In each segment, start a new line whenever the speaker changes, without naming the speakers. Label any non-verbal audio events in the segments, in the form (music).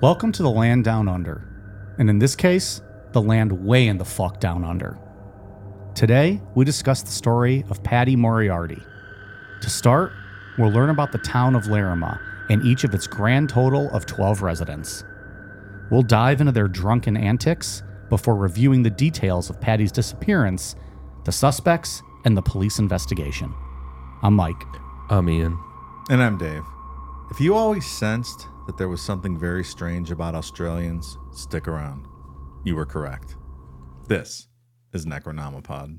Welcome to the land down under, and in this case, the land way in the fuck down under. Today, we discuss the story of Patty Moriarty. To start, we'll learn about the town of Laramie and each of its grand total of 12 residents. We'll dive into their drunken antics before reviewing the details of Patty's disappearance, the suspects, and the police investigation. I'm Mike.
I'm Ian.
And I'm Dave. If you always sensed that there was something very strange about Australians, stick around. You were correct. This is Necronomipod.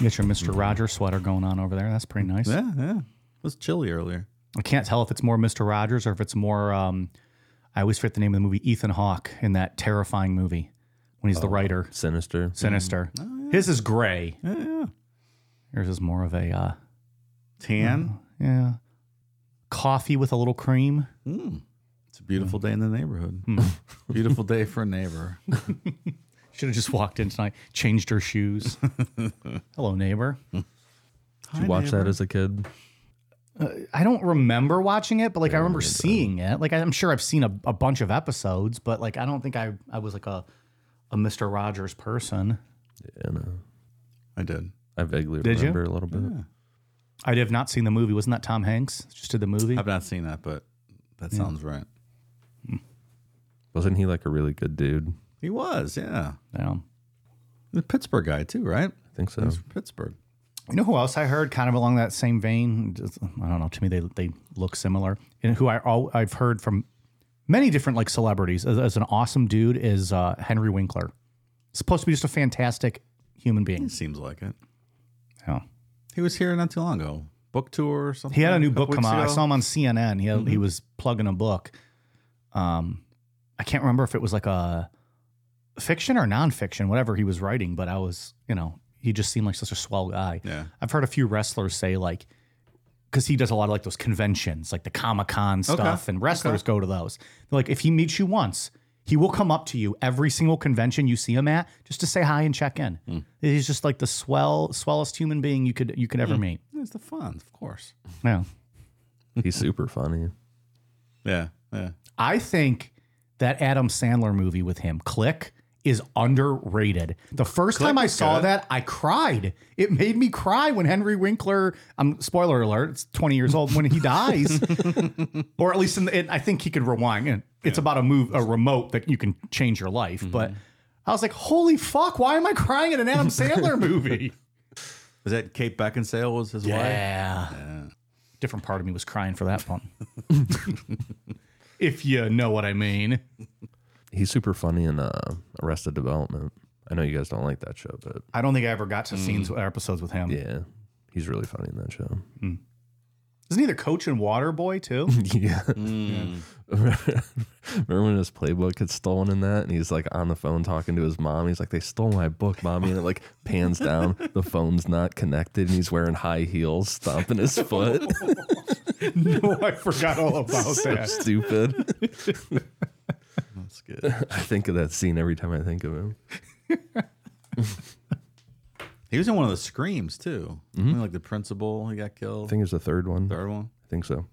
Get your Mr. Rogers sweater going on over there. That's pretty nice.
Yeah, yeah. It was chilly earlier.
I can't tell if it's more Mr. Rogers or if it's more. Um, I always forget the name of the movie. Ethan Hawke in that terrifying movie when he's the writer,
Sinister.
sinister. His is gray. Oh, Yeah, Yours is more of a uh,
Tan.
yeah, coffee with a little cream.
It's a beautiful day in the neighborhood.
Hmm.
(laughs) beautiful day for a neighbor.
Should have just walked in tonight, changed her shoes. (laughs) Hello, neighbor.
Did you watch that as a kid?
I don't remember watching it, but like I remember seeing it. Like I'm sure I've seen a, a bunch of episodes, but like I don't think I I was like a a Mr. Rogers person.
Yeah, no.
I did.
uh, I vaguely
Did you?
remember a little bit.
I have not seen the movie. Wasn't that Tom Hanks? Just did the movie.
I've not seen that, but that sounds right.
Wasn't he like a really good dude?
He was, yeah.
Yeah.
The Pittsburgh guy too, right?
I think so.
He's from Pittsburgh.
You know who else I heard kind of along that same vein? Just- I don't know. To me, they they look similar. And who I all I've heard from many different like celebrities as, as an awesome dude is uh, Henry Winkler. Supposed to be just a fantastic human
He
being.
seems like it.
Yeah.
He was here not too long ago. Book tour or something.
He had a new
couple
book come
weeks
out. I
ago. Mm-hmm.
saw him on CNN. He had, he was plugging a book. Um, I can't remember if it was like a fiction or nonfiction, whatever he was writing. But I was, you know, he just seemed like such a swell guy.
Yeah.
I've heard a few wrestlers say like, because he does a lot of like those conventions, like the Comic Con stuff, and wrestlers go to those. They're like, if he meets you once, he will come up to you every single convention you see him at just to say hi and check in. He's just like the swell, swellest human being you could you could ever meet.
It's the fun, of course.
Yeah.
He's super funny.
Yeah, yeah.
I think that Adam Sandler movie with him, Click, is underrated. The first time I saw
good.
that, I cried. It made me cry when Henry Winkler, um, spoiler alert, it's 20 years old when he dies, or at least in the, it, I think he could rewind. And It's about a move, a remote that you can change your life. But I was like, holy fuck, why am I crying at an Adam Sandler movie?
Is that Kate Beckinsale was his wife?
Yeah. Different part of me was crying for that one. (laughs) if you know what I mean.
He's super funny in uh, Arrested Development. I know you guys don't like that show, but
I don't think I ever got to scenes or episodes with him.
yeah, he's really funny in that show.
Isn't he the coach and water boy too? (laughs)
yeah. (laughs) Remember when his playbook gets stolen in that, and he's like on the phone talking to his mom. He's like, "They stole my book, mommy," and it like pans down. The phone's not connected, and he's wearing high heels, stomping his foot. (laughs)
no, I forgot all about
so
that.
stupid.
That's good.
(laughs) I think of that scene every time I think of him.
He was in one of the screams too. Like the principal, he got killed.
I think it's the third one.
Third one.
I think so.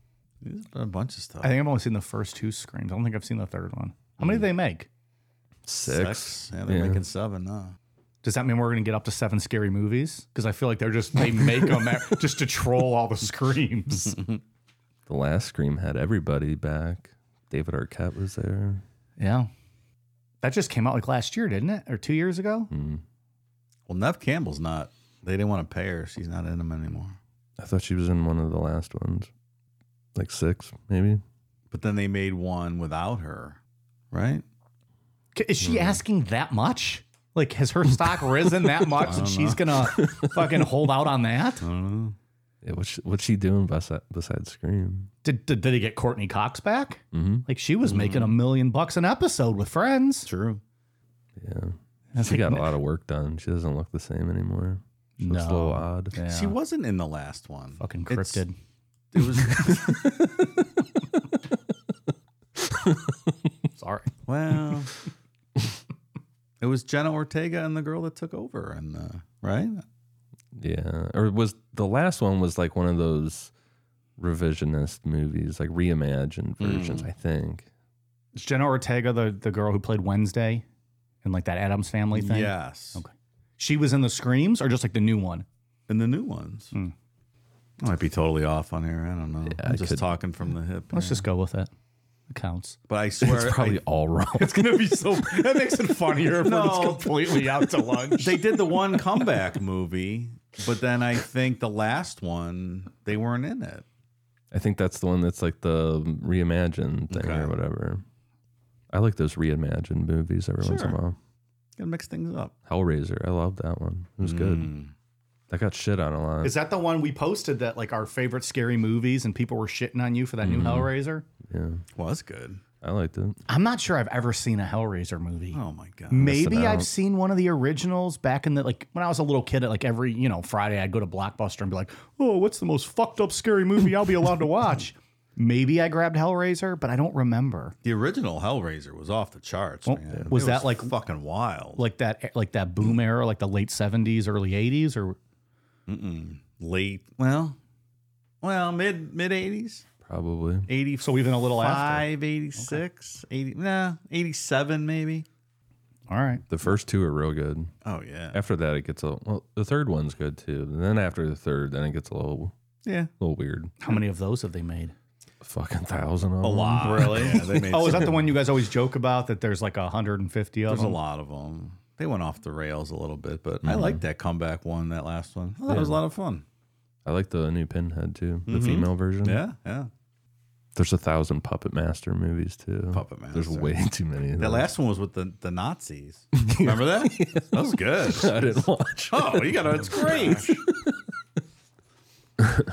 He's done a bunch of stuff.
I think I've only seen the first two screens. I don't think I've seen the third one. How many did they make?
six.
Yeah, they're making seven now.
Does that mean we're going to get up to seven scary movies? Because I feel like they're just they make them (laughs) just to troll all the screams.
The last Scream had everybody back. David Arquette was there.
Yeah.
that just came out like last year, didn't it, or two years ago?
Well, Nev Campbell's not. They didn't want to pay her. She's not in them anymore.
I thought she was in one of the last ones, like six maybe.
But then they made one without her, right?
K- Is she asking that much? Like, has her stock risen that much that she's gonna fucking hold out on that?
Yeah, what's she, what's she doing besides, besides Scream?
Did, did, did he get Courtney Cox back? Like, she was making a million bucks an episode with Friends.
True.
She got a lot of work done. She doesn't look the same anymore. She looks a little odd.
She wasn't in the last one.
Fucking
It's-
cryptid.
It was
Sorry.
well. it was Jenna Ortega and the girl that took over, and uh, right.
Yeah, or was the last one was like one of those revisionist movies, like reimagined versions, I think.
(laughs) Is Jenna Ortega the, the girl who played Wednesday in like that Adams Family thing?
Yes. Okay.
She was in the Screams or just like the new one?
And the new ones. I might be totally off on here. Hmm. I don't know. I'm just talking from the hip.
Let's just go with it. It counts.
But I swear,
It's probably
(laughs) I-
all (laughs) wrong.
It's gonna be
(laughs)
so. That makes it funnier when
No.
completely out to lunch.
(laughs) they did the one (laughs) comeback movie, but then I think the last one they weren't in it.
I think that's the one that's like the reimagined thing
Okay.
or whatever. I like those reimagined movies every once in a
Sure.
while.
Gotta mix things up.
Hellraiser, I loved that one. It was good.
Mm.
That got shit on a lot.
Is that the one we posted that like our favorite scary movies and people were shitting on you for that new Hellraiser?
Well, that's good.
I liked it.
Mm-hmm. I'm not sure I've ever seen a Hellraiser movie.
Oh my god.
Maybe I've
out.
seen one of the originals back in the like when I was a little kid at like every, you know, Friday I'd go to Blockbuster and be like, "Oh, what's the most fucked up scary movie I'll be allowed to watch?" (laughs) Maybe I grabbed Hellraiser, but I don't remember.
The original Hellraiser was off the charts, man.
was
It
that like-
fucking wild?
Like that eh, like that boom era, like the late 70s, early 80s or
late? Well, well, mid mid eighties,
Probably.
eighty
so even a little after.
five, eighty six, eighty nah, eighty seven maybe.
All right.
The first two are real good.
Oh yeah,
After that, it gets a well. The third one's good too. And then after the third, then it gets a little,
yeah,
little weird.
How many of those have they made?
Fucking thousand of
a
them.
lot. Mm-hmm. Really? (laughs) Yeah, they made
Oh, is that the one you guys always joke about that there's like 150 of
There's a
them?
lot of them. They went off the rails a little bit, but I liked that comeback one, that last one. I thought That was a lot of fun.
I like the new Pinhead too, the female version.
Mm-hmm. Yeah, yeah.
There's a thousand Puppet Master movies too.
Puppet
There's
Master.
way (laughs) too many. Of
That
those.
last one was with the, the (laughs) Nazis. Remember that? (laughs) That was good.
I didn't watch.
Oh, you gotta, it's great. (laughs)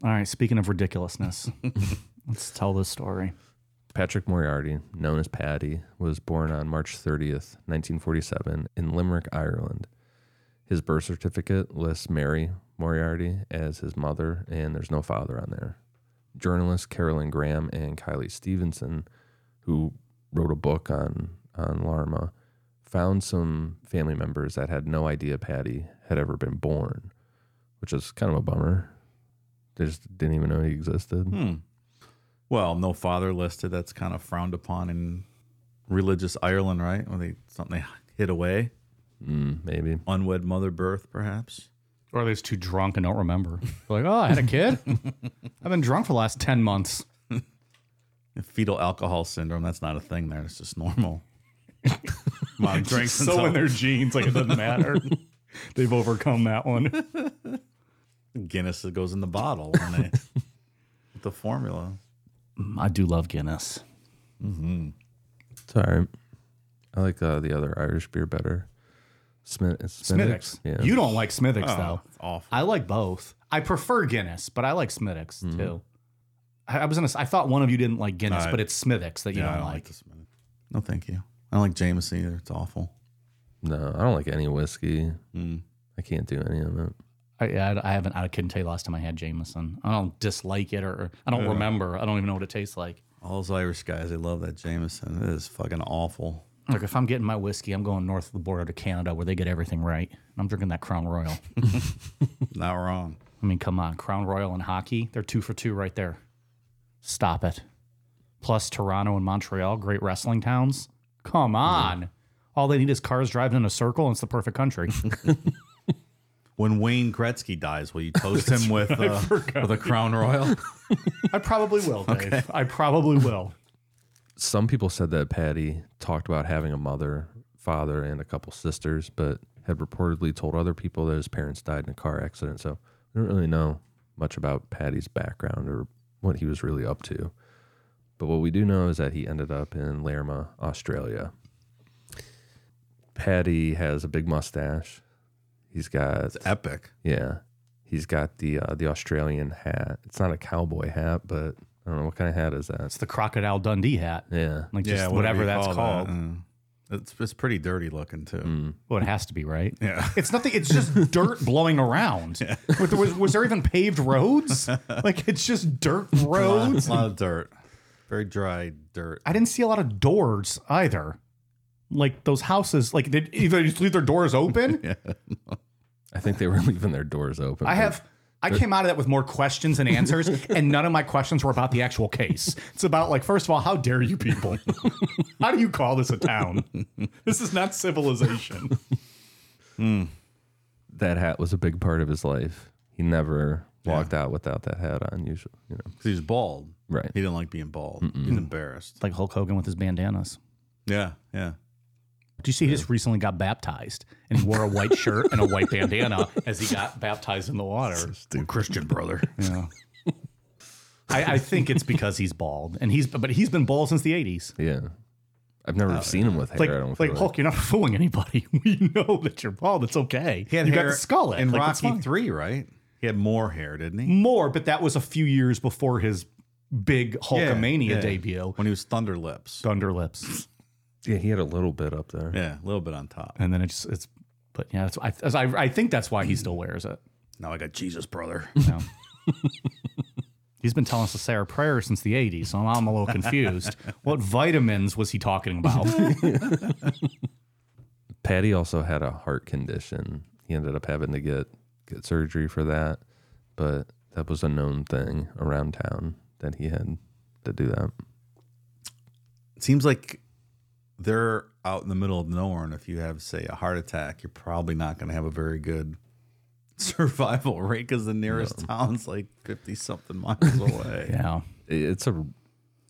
All right, speaking of ridiculousness, (laughs) let's tell this story.
Patrick Moriarty, known as Paddy, was born on March 30th, 1947, in Limerick, Ireland. His birth certificate lists Mary Moriarty as his mother, and there's no father on there. Journalists Carolyn Graham and Kylie Stevenson, who wrote a book on, on Larma, found some family members that had no idea Paddy had ever been born, which is kind of a bummer. They just didn't even know he existed.
Well, no father listed. That's kind of frowned upon in religious Ireland, right? When they something they hid away,
Maybe.
unwed mother birth, perhaps.
Or they're just too drunk and don't remember. They're like, oh, I had a kid. (laughs) I've been drunk for the last 10 months.
Fetal alcohol syndrome. That's not a thing there. It's
(laughs)
just normal. Mom
(laughs)
drinks
So in
until
their genes, like it doesn't matter. (laughs) They've overcome that one.
Guinness goes in the bottle
(laughs)
when they with the formula.
I do love Guinness.
It's all right. I like uh, the other Irish beer better. Smith,
Smittix.
Smittix. Yeah.
You don't like Smittix, though.
It's awful.
I like both. I prefer Guinness, but I like Smittix too. I, I was gonna. s- I thought one of you didn't like Guinness,
I-
but it's Smittix that you
Yeah,
don't, like.
this minute. No, thank you. I don't like Jameson either. It's awful.
no, I don't like any whiskey. I can't do any of it.
I, I, I haven't. I couldn't tell you last time I had Jameson. I don't dislike it, or, or I don't remember. I don't even know what it tastes like.
All those Irish guys, they love that Jameson. It is fucking awful.
Look, if I'm getting my whiskey, I'm going north of the border to Canada where they get everything right. I'm drinking that Crown Royal.
Not wrong.
I mean, come on. Crown Royal and hockey, they're two for two right there. Stop it. Plus, Toronto and Montreal, great wrestling towns. Come on. All they need is cars driving in a circle, and it's the perfect country.
When Wayne Gretzky
(laughs)
dies, will you toast him with, uh, with a crown royal?
(laughs) I probably (laughs) will, Dave. I probably will.
Some people said that Patty talked about having a mother, father, and a couple sisters, but had reportedly told other people that his parents died in a car accident. So we don't really know much about Patty's background or what he was really up to. But what we do know is that he ended up in Lerma, Australia. Patty has a big mustache. He's got
Epic.
yeah. He's got the uh, the Australian hat. It's not a cowboy hat, but I don't know what kind of hat is that.
It's the Crocodile Dundee hat.
Yeah,
Like, just whatever,
you
that's
call that,
called.
uh, It's, it's pretty dirty looking, too.
Well, it has to be, right?
Yeah.
(laughs) It's nothing. It's just dirt blowing around. But there was, was there even paved (laughs) roads? Like, it's just dirt
A lot,
roads.
a lot of (laughs) dirt. Very dry dirt.
I didn't see a lot of doors either. Like those houses, like they either just leave their doors (laughs) open.
I think they were (laughs) leaving their doors open.
I have. I came out of that with more questions and (laughs) answers, and none of my questions were about the actual case. It's about like, first of all, how dare you (laughs) people? how do you call this a town? (laughs) This is not civilization.
that hat was a big part of his life. He never walked out without that hat on. Usually, you know,
Because he's bald.
Right.
He didn't like being bald. He's embarrassed.
Like Hulk Hogan with his bandanas.
Yeah. Yeah.
Do you see he just recently got baptized and he wore a white shirt and a
(laughs)
white bandana as he got baptized in the water?
Christian brother.
Yeah. I, I think it's because he's bald, and he's but he's been bald since the '80s.
yeah. I've never seen him with hair.
Oh, Like,
I don't
like
feel
Hulk, you're not (laughs) fooling anybody. We know that you're bald. It's okay.
(laughs) He had
you
hair
got the skull it.
in
Like, it's
Rocky
fine. Mm.
Three, right? He had more hair, didn't he?
more, but that was a few years before his big Hulkamania
yeah.
debut.
When he was Thunder Lips.
Thunder lips,
Yeah, he had a little bit up there.
Yeah, a little bit on top.
and then it's it's. But yeah, that's, I, I I think that's why he still wears it.
Now I got Jesus brother.
No. (laughs) He's been telling us to say our prayers since the 80s, so I'm a little
(laughs)
confused. what vitamins was he talking about?
Patty also had a heart condition. He ended up having to get get surgery for that, but that was a known thing around town that he had to do that.
(laughs) It seems like they're out in the middle of nowhere, and if you have, say, a heart attack, you're probably not going to have a very good (laughs) survival rate because the nearest town's like fifty something miles away.
yeah.
It- It's a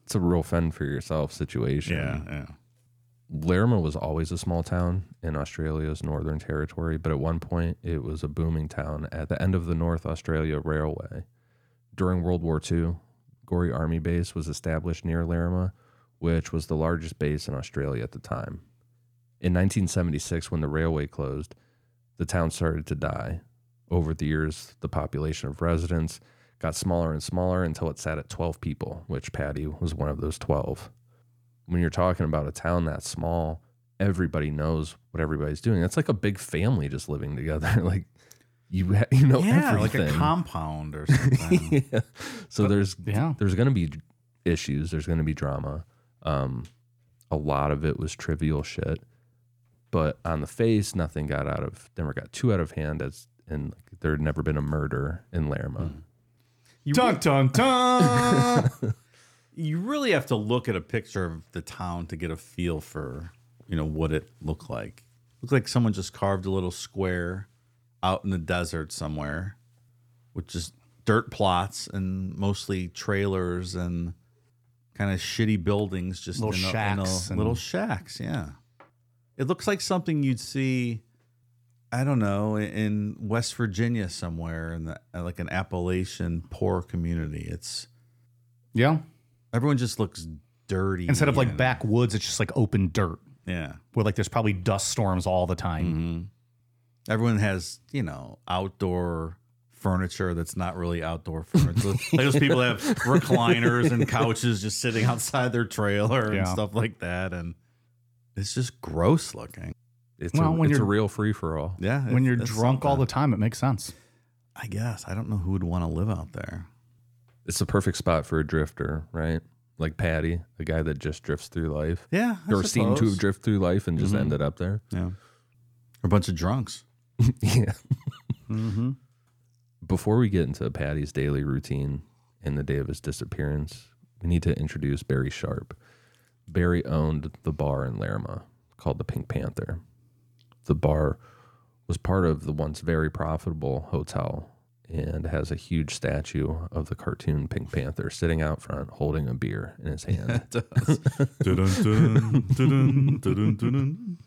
it's a real fend for yourself situation.
yeah, yeah.
Lerma was always a small town in Australia's Northern Territory, but at one point it was a booming town at the end of the North Australia Railway. During World War II, Gorey Army Base was established near Lerma, which was the largest base in Australia at the time. In 1976, when the railway closed, the town started to die. Over the years, the population of residents got smaller and smaller until it sat at 12 people, which Patty was one of those 12 when you're talking about a town that small, everybody knows what everybody's doing. That's like a big family just living together. (laughs) like you, ha- you know
Yeah, like
everything.
a compound or something.
(laughs) yeah. So there's
yeah.
there's going to be issues. There's going to be drama. Um, a lot of it was trivial shit, but on the face, nothing got out of never got too out of hand. As and like, there had never been a murder in Lerma.
Mm. Dun, dun, dun.
you really have to look at a picture of the town to get a feel for you know what it looked like looked like someone just carved a little square out in the desert somewhere with just dirt plots and mostly trailers and kind of shitty buildings just
Little
in a- in a-
shacks and-
little shacks yeah it looks like something you'd see i don't know in west virginia somewhere in the, like an appalachian poor community it's
(laughs) yeah.
Everyone just looks dirty.
Instead of like
and-
backwoods, it's just like open dirt
Yeah.
where like there's probably dust storms all the time.
Mm-hmm. Everyone has, you know, outdoor furniture that's not really outdoor (laughs) furniture. like those people that have recliners and couches just sitting outside their trailer and
Yeah.
stuff like that. And it's just gross looking.
It's
Well,
a,
when
it's a
you're-
real free for all.
Yeah.
When
it's-
you're
Mm. that's
drunk all
something.
the time, it makes sense.
I guess. I don't know who would want to live out there.
It's the perfect spot for a drifter, right? Like Patty, a guy that just drifts through life.
Yeah. I
or seemed to
suppose.
have drifted through life and
Mm-hmm.
just ended up there.
Yeah. Or a bunch of drunks.
(laughs) yeah. Before we get into Patty's daily routine and the day of his disappearance, we need to introduce Barry Sharp. Barry owned the bar in Laramie called the Pink Panther. The bar was part of the once very profitable hotel and has a huge statue of the cartoon Pink Panther sitting out front holding a beer in his hand.
Dun-dun-dun, dun-dun, dun-dun-dun.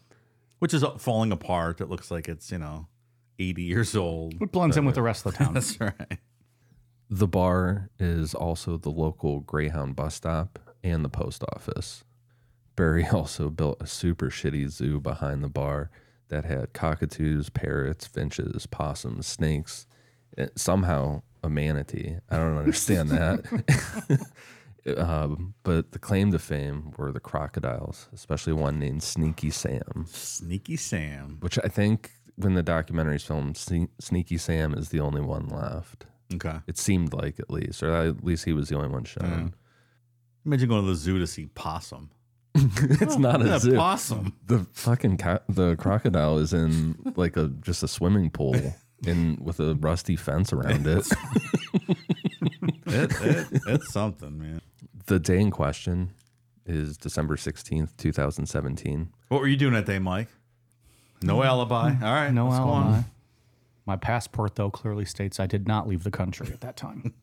Which is falling apart. It looks like it's, you know, 80 years old. (laughs)
It blends in with the rest of the town.
That's right.
The bar is also the local Greyhound bus stop and the post office. Barry (laughs) also built a super shitty zoo behind the bar that had cockatoos, parrots, finches, possums, snakes, and somehow a manatee. I don't understand that. (laughs) um, but the claim to fame were the crocodiles, especially one named Sneaky Sam
Sneaky Sam.
which I think when the documentary's filmed, Sne- Sneaky Sam is the only one left.
Okay.
It seemed like, at least, or at least he was the only one shown.
Imagine going to the zoo to see possum.
(laughs) it's not a
Yeah,
zoo.
possum.
the fucking co- the crocodile is in like a just a swimming pool in with a rusty fence around it.
(laughs) It, it, it's something, man.
the day in question is December sixteenth, two thousand seventeen.
What were you doing that day, Mike? No alibi. All right.
No
let's go on.
alibi. My passport, though, clearly states I did not leave the country at that time.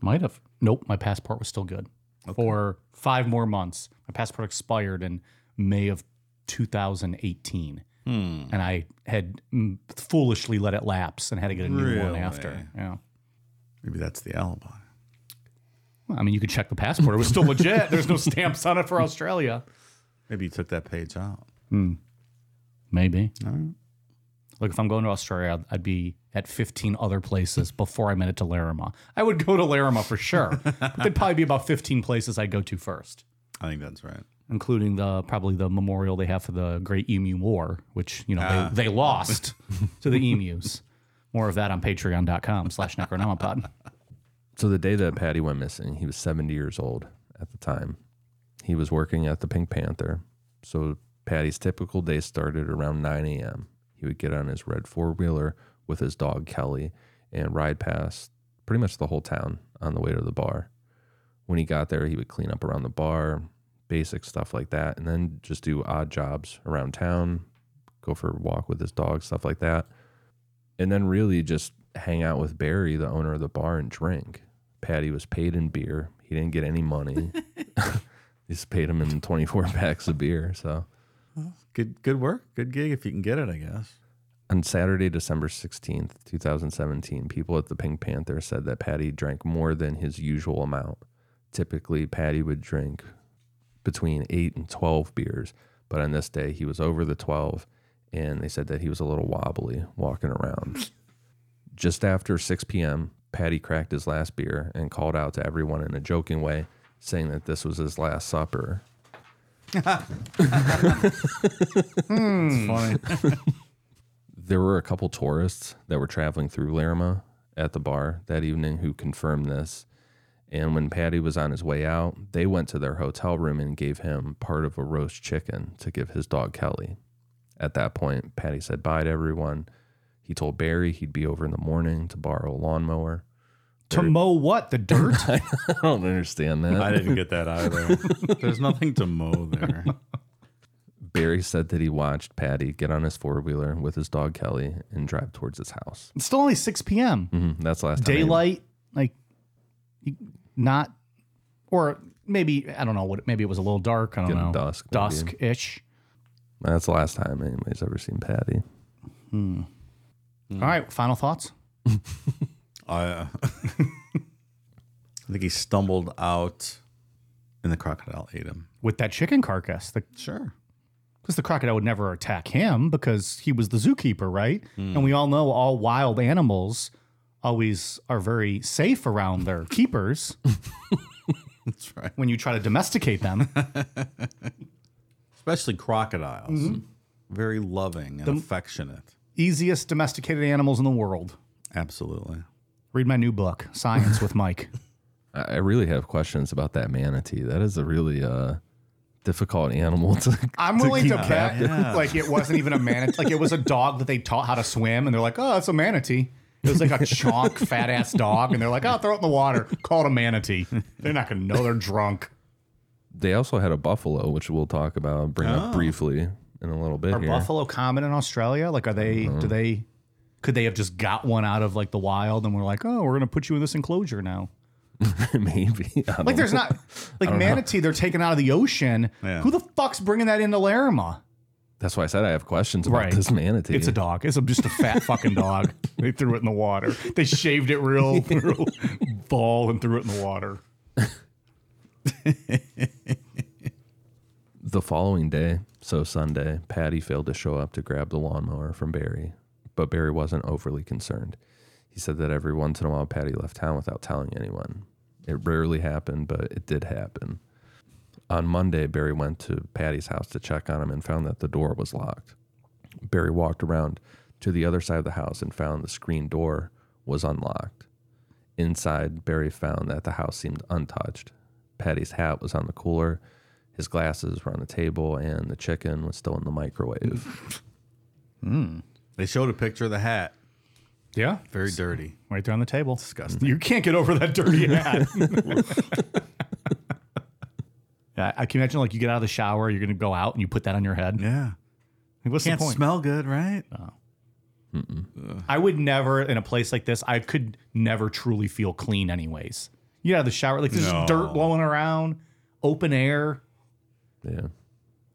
Might have. Nope, my passport was still good for five more months. My passport expired in May of 2018, and I had mm, foolishly let it lapse and had to get a new one after. Yeah.
Maybe that's the alibi.
Well, I mean, you could check the passport; it was still legit. There's no stamps on it for Australia.
Maybe you took that page out.
Maybe. Look, if I'm going to Australia, I'd, I'd be at 15 other places before I made it to Laramie. I would go to Laramie for sure. but there'd probably be about 15 places I'd go to first,
I think that's right.
including the probably the memorial they have for the Great Emu War, which you know
Ah.
they, they lost to the emus. More of that on patreon.com slash necronomipod.
So the day that Patty went missing, he was 70 years old at the time. He was working at the Pink Panther. So Patty's typical day started around 9 a.m. He would get on his red four wheeler with his dog Kelly and ride past pretty much the whole town on the way to the bar. When he got there, he would clean up around the bar, basic stuff like that, and then just do odd jobs around town, go for a walk with his dog, stuff like that. And then really just hang out with Barry, the owner of the bar, and drink. Patty was paid in beer. He didn't get any money. (laughs) They just paid him in 24 (laughs) packs of beer. So
Good good work. Good gig if you can get it, I guess.
on Saturday, December 16th, 2017, people at the Pink Panther said that Patty drank more than his usual amount. Typically, Patty would drink between 8 and 12 beers, but on this day, he was over the 12, and they said that he was a little wobbly walking around. (laughs) Just after 6 p.m., Patty cracked his last beer and called out to everyone in a joking way, saying that this was his last supper.
It's (laughs) funny.
there were a couple tourists that were traveling through Laramie at the bar that evening who confirmed this. And when Patty was on his way out, they went to their hotel room and gave him part of a roast chicken to give his dog Kelly. At that point, Patty said bye to everyone. He told Barry he'd be over in the morning to borrow a lawnmower.
to mow what? The dirt?
(laughs) I don't understand that.
I didn't get that either. There's nothing to mow there.
(laughs) Barry said that he watched Patty get on his four wheeler with his dog Kelly and drive towards his house.
it's still only 6 p.m.
Mhm, That's last time. they-
daylight, like you- not, or maybe I don't know what. Maybe it was a little dark. I don't
Getting
know.
dusk, maybe.
dusk ish.
That's the last time anybody's ever seen Patty. Mm.
All right, final thoughts.
I, uh, (laughs) I think he stumbled out and the crocodile ate him.
With that chicken carcass, because
Sure.
the, crocodile would never attack him because he was the zookeeper, right?
Mm.
And we all know all wild animals always are very safe around
(laughs)
their keepers
That's right.
when you try to domesticate
(laughs)
them.
Especially crocodiles.
Mm-hmm.
Very loving and affectionate.
Easiest domesticated animals in the world.
Absolutely.
Read my new book, Science with Mike.
I I really have questions about that manatee. That is a really uh, difficult animal (laughs) to.
I'm willing to
keep
bet like it wasn't even a manatee. Like it was a dog that they taught how to swim, and they're like, oh, it's a manatee. It was like a (laughs) chonk, fat ass dog, and they're like, oh, throw it in the water. Call it a manatee. They're not gonna know they're drunk.
They also had a buffalo, which we'll talk about, bring up briefly in a little bit
Are
here.
Oh.
Mm-hmm.
buffalo common in Australia? Like, are they? Do they? Could they have just got one out of like the wild, and we're like, oh, we're gonna put you in this enclosure now?
(laughs) Maybe. I
Like,
don't
there's not like manatee. They're taken out of the ocean.
Yeah.
Who the fuck's bringing that into Laramie?
That's why I said I have questions about
Right.
this manatee.
It's a dog. It's a, just a
(laughs)
fat fucking dog. They threw it in the water. They shaved it
(laughs)
real, real ball and threw it in the water.
the following day, so Sunday, Patty failed to show up to grab the lawnmower from Barry, but Barry wasn't overly concerned. He said that every once in a while Patty left town without telling anyone. It rarely happened, but it did happen. On Monday, Barry went to Patty's house to check on him and found that the door was locked. Barry walked around to the other side of the house and found the screen door was unlocked. Inside, Barry found that the house seemed untouched. Patty's hat was on the cooler, his glasses were on the table, and the chicken was still in the microwave.
They showed a picture of the hat.
Yeah,
Very dirty.
right there on the table.
Disgusting.
You can't get over that
(laughs)
dirty hat. Yeah, I can imagine like you get out of the shower, you're gonna go out and you put that on your head.
Yeah.
Like, what's
Can't
the point? Uh,
smell good, right?
I would never in a place like this. I could never truly feel clean, anyways. You get out of the shower, like there's
No.
just dirt blowing around, open air.
Yeah.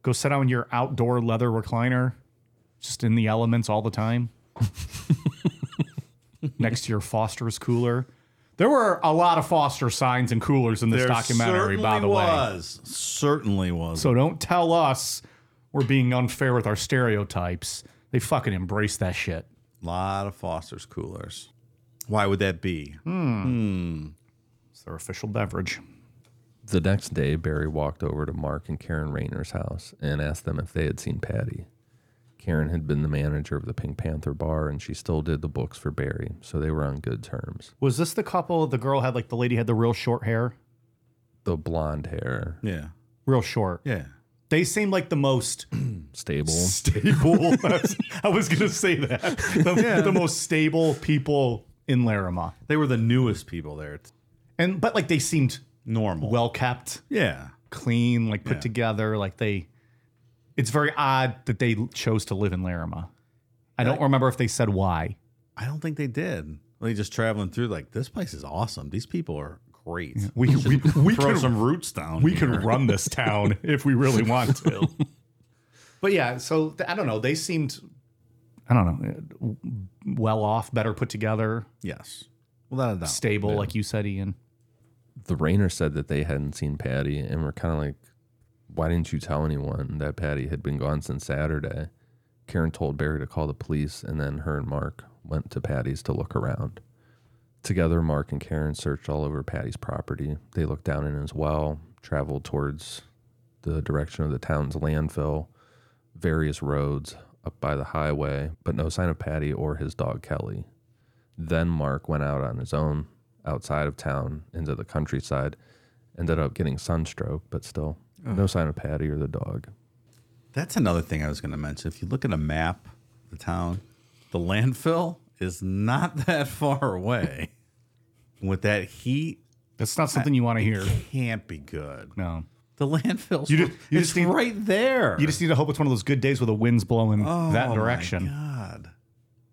Go sit on your outdoor leather recliner, just in the elements all the time.
(laughs)
Next to your Foster's cooler. There were a lot of Foster signs and coolers in this documentary, by the way.
was. Certainly was.
So don't tell us we're being unfair with our stereotypes. They fucking embrace that shit.
A lot of Foster's coolers. Why would that be?
Hmm. It's their official beverage.
The next day, Barry walked over to Mark and Karen Rayner's house and asked them if they had seen Patty. Karen had been the manager of the Pink Panther bar, and she still did the books for Barry, so they were on good terms.
Was this the couple? The girl had like the lady had the real short hair,
The blonde hair,
Yeah.
real short.
Yeah.
They seem like the most (laughs)
stable.
stable. I was gonna say that the, the most stable people in Laramie,
They were the newest people there. It's
and but like they seemed
normal.
well kept,
yeah.
clean, like put together. Like they, it's very odd that they chose to live in Laramie. I don't remember if they said why.
I don't think they did. They just traveling through like this place is awesome. These people are great.
(laughs) We we, we
Throw
can
some roots down.
we
here.
could run this (laughs) town if we really want to. (laughs) but yeah, so th- I don't know. They seemed, I don't know, eh, w- well off, better put together,
Yes. Without a
Oh,
doubt.
stable, like you said, Ian.
the Rainers said that they hadn't seen Patty and were kind of like, why didn't you tell anyone that Patty had been gone since Saturday? Karen told Barry to call the police, and then her and Mark went to Patty's to look around. Together, Mark and Karen searched all over Patty's property. They looked down in as well, traveled towards the direction of the town's landfill, various roads up by the highway, but no sign of Patty or his dog Kelly. Then Mark went out on his own outside of town into the countryside, ended up getting sunstroke, but still no sign of Patty or the dog.
That's another thing I was going to mention. If you look at a map, of the town, the landfill is not (laughs) that far away. With that heat,
That's not something you want to hear.
can't be good.
No.
The landfill,
You just- you
it's
just need-
right there.
You just need to hope it's one of those good days where the wind's blowing that direction.
Oh God,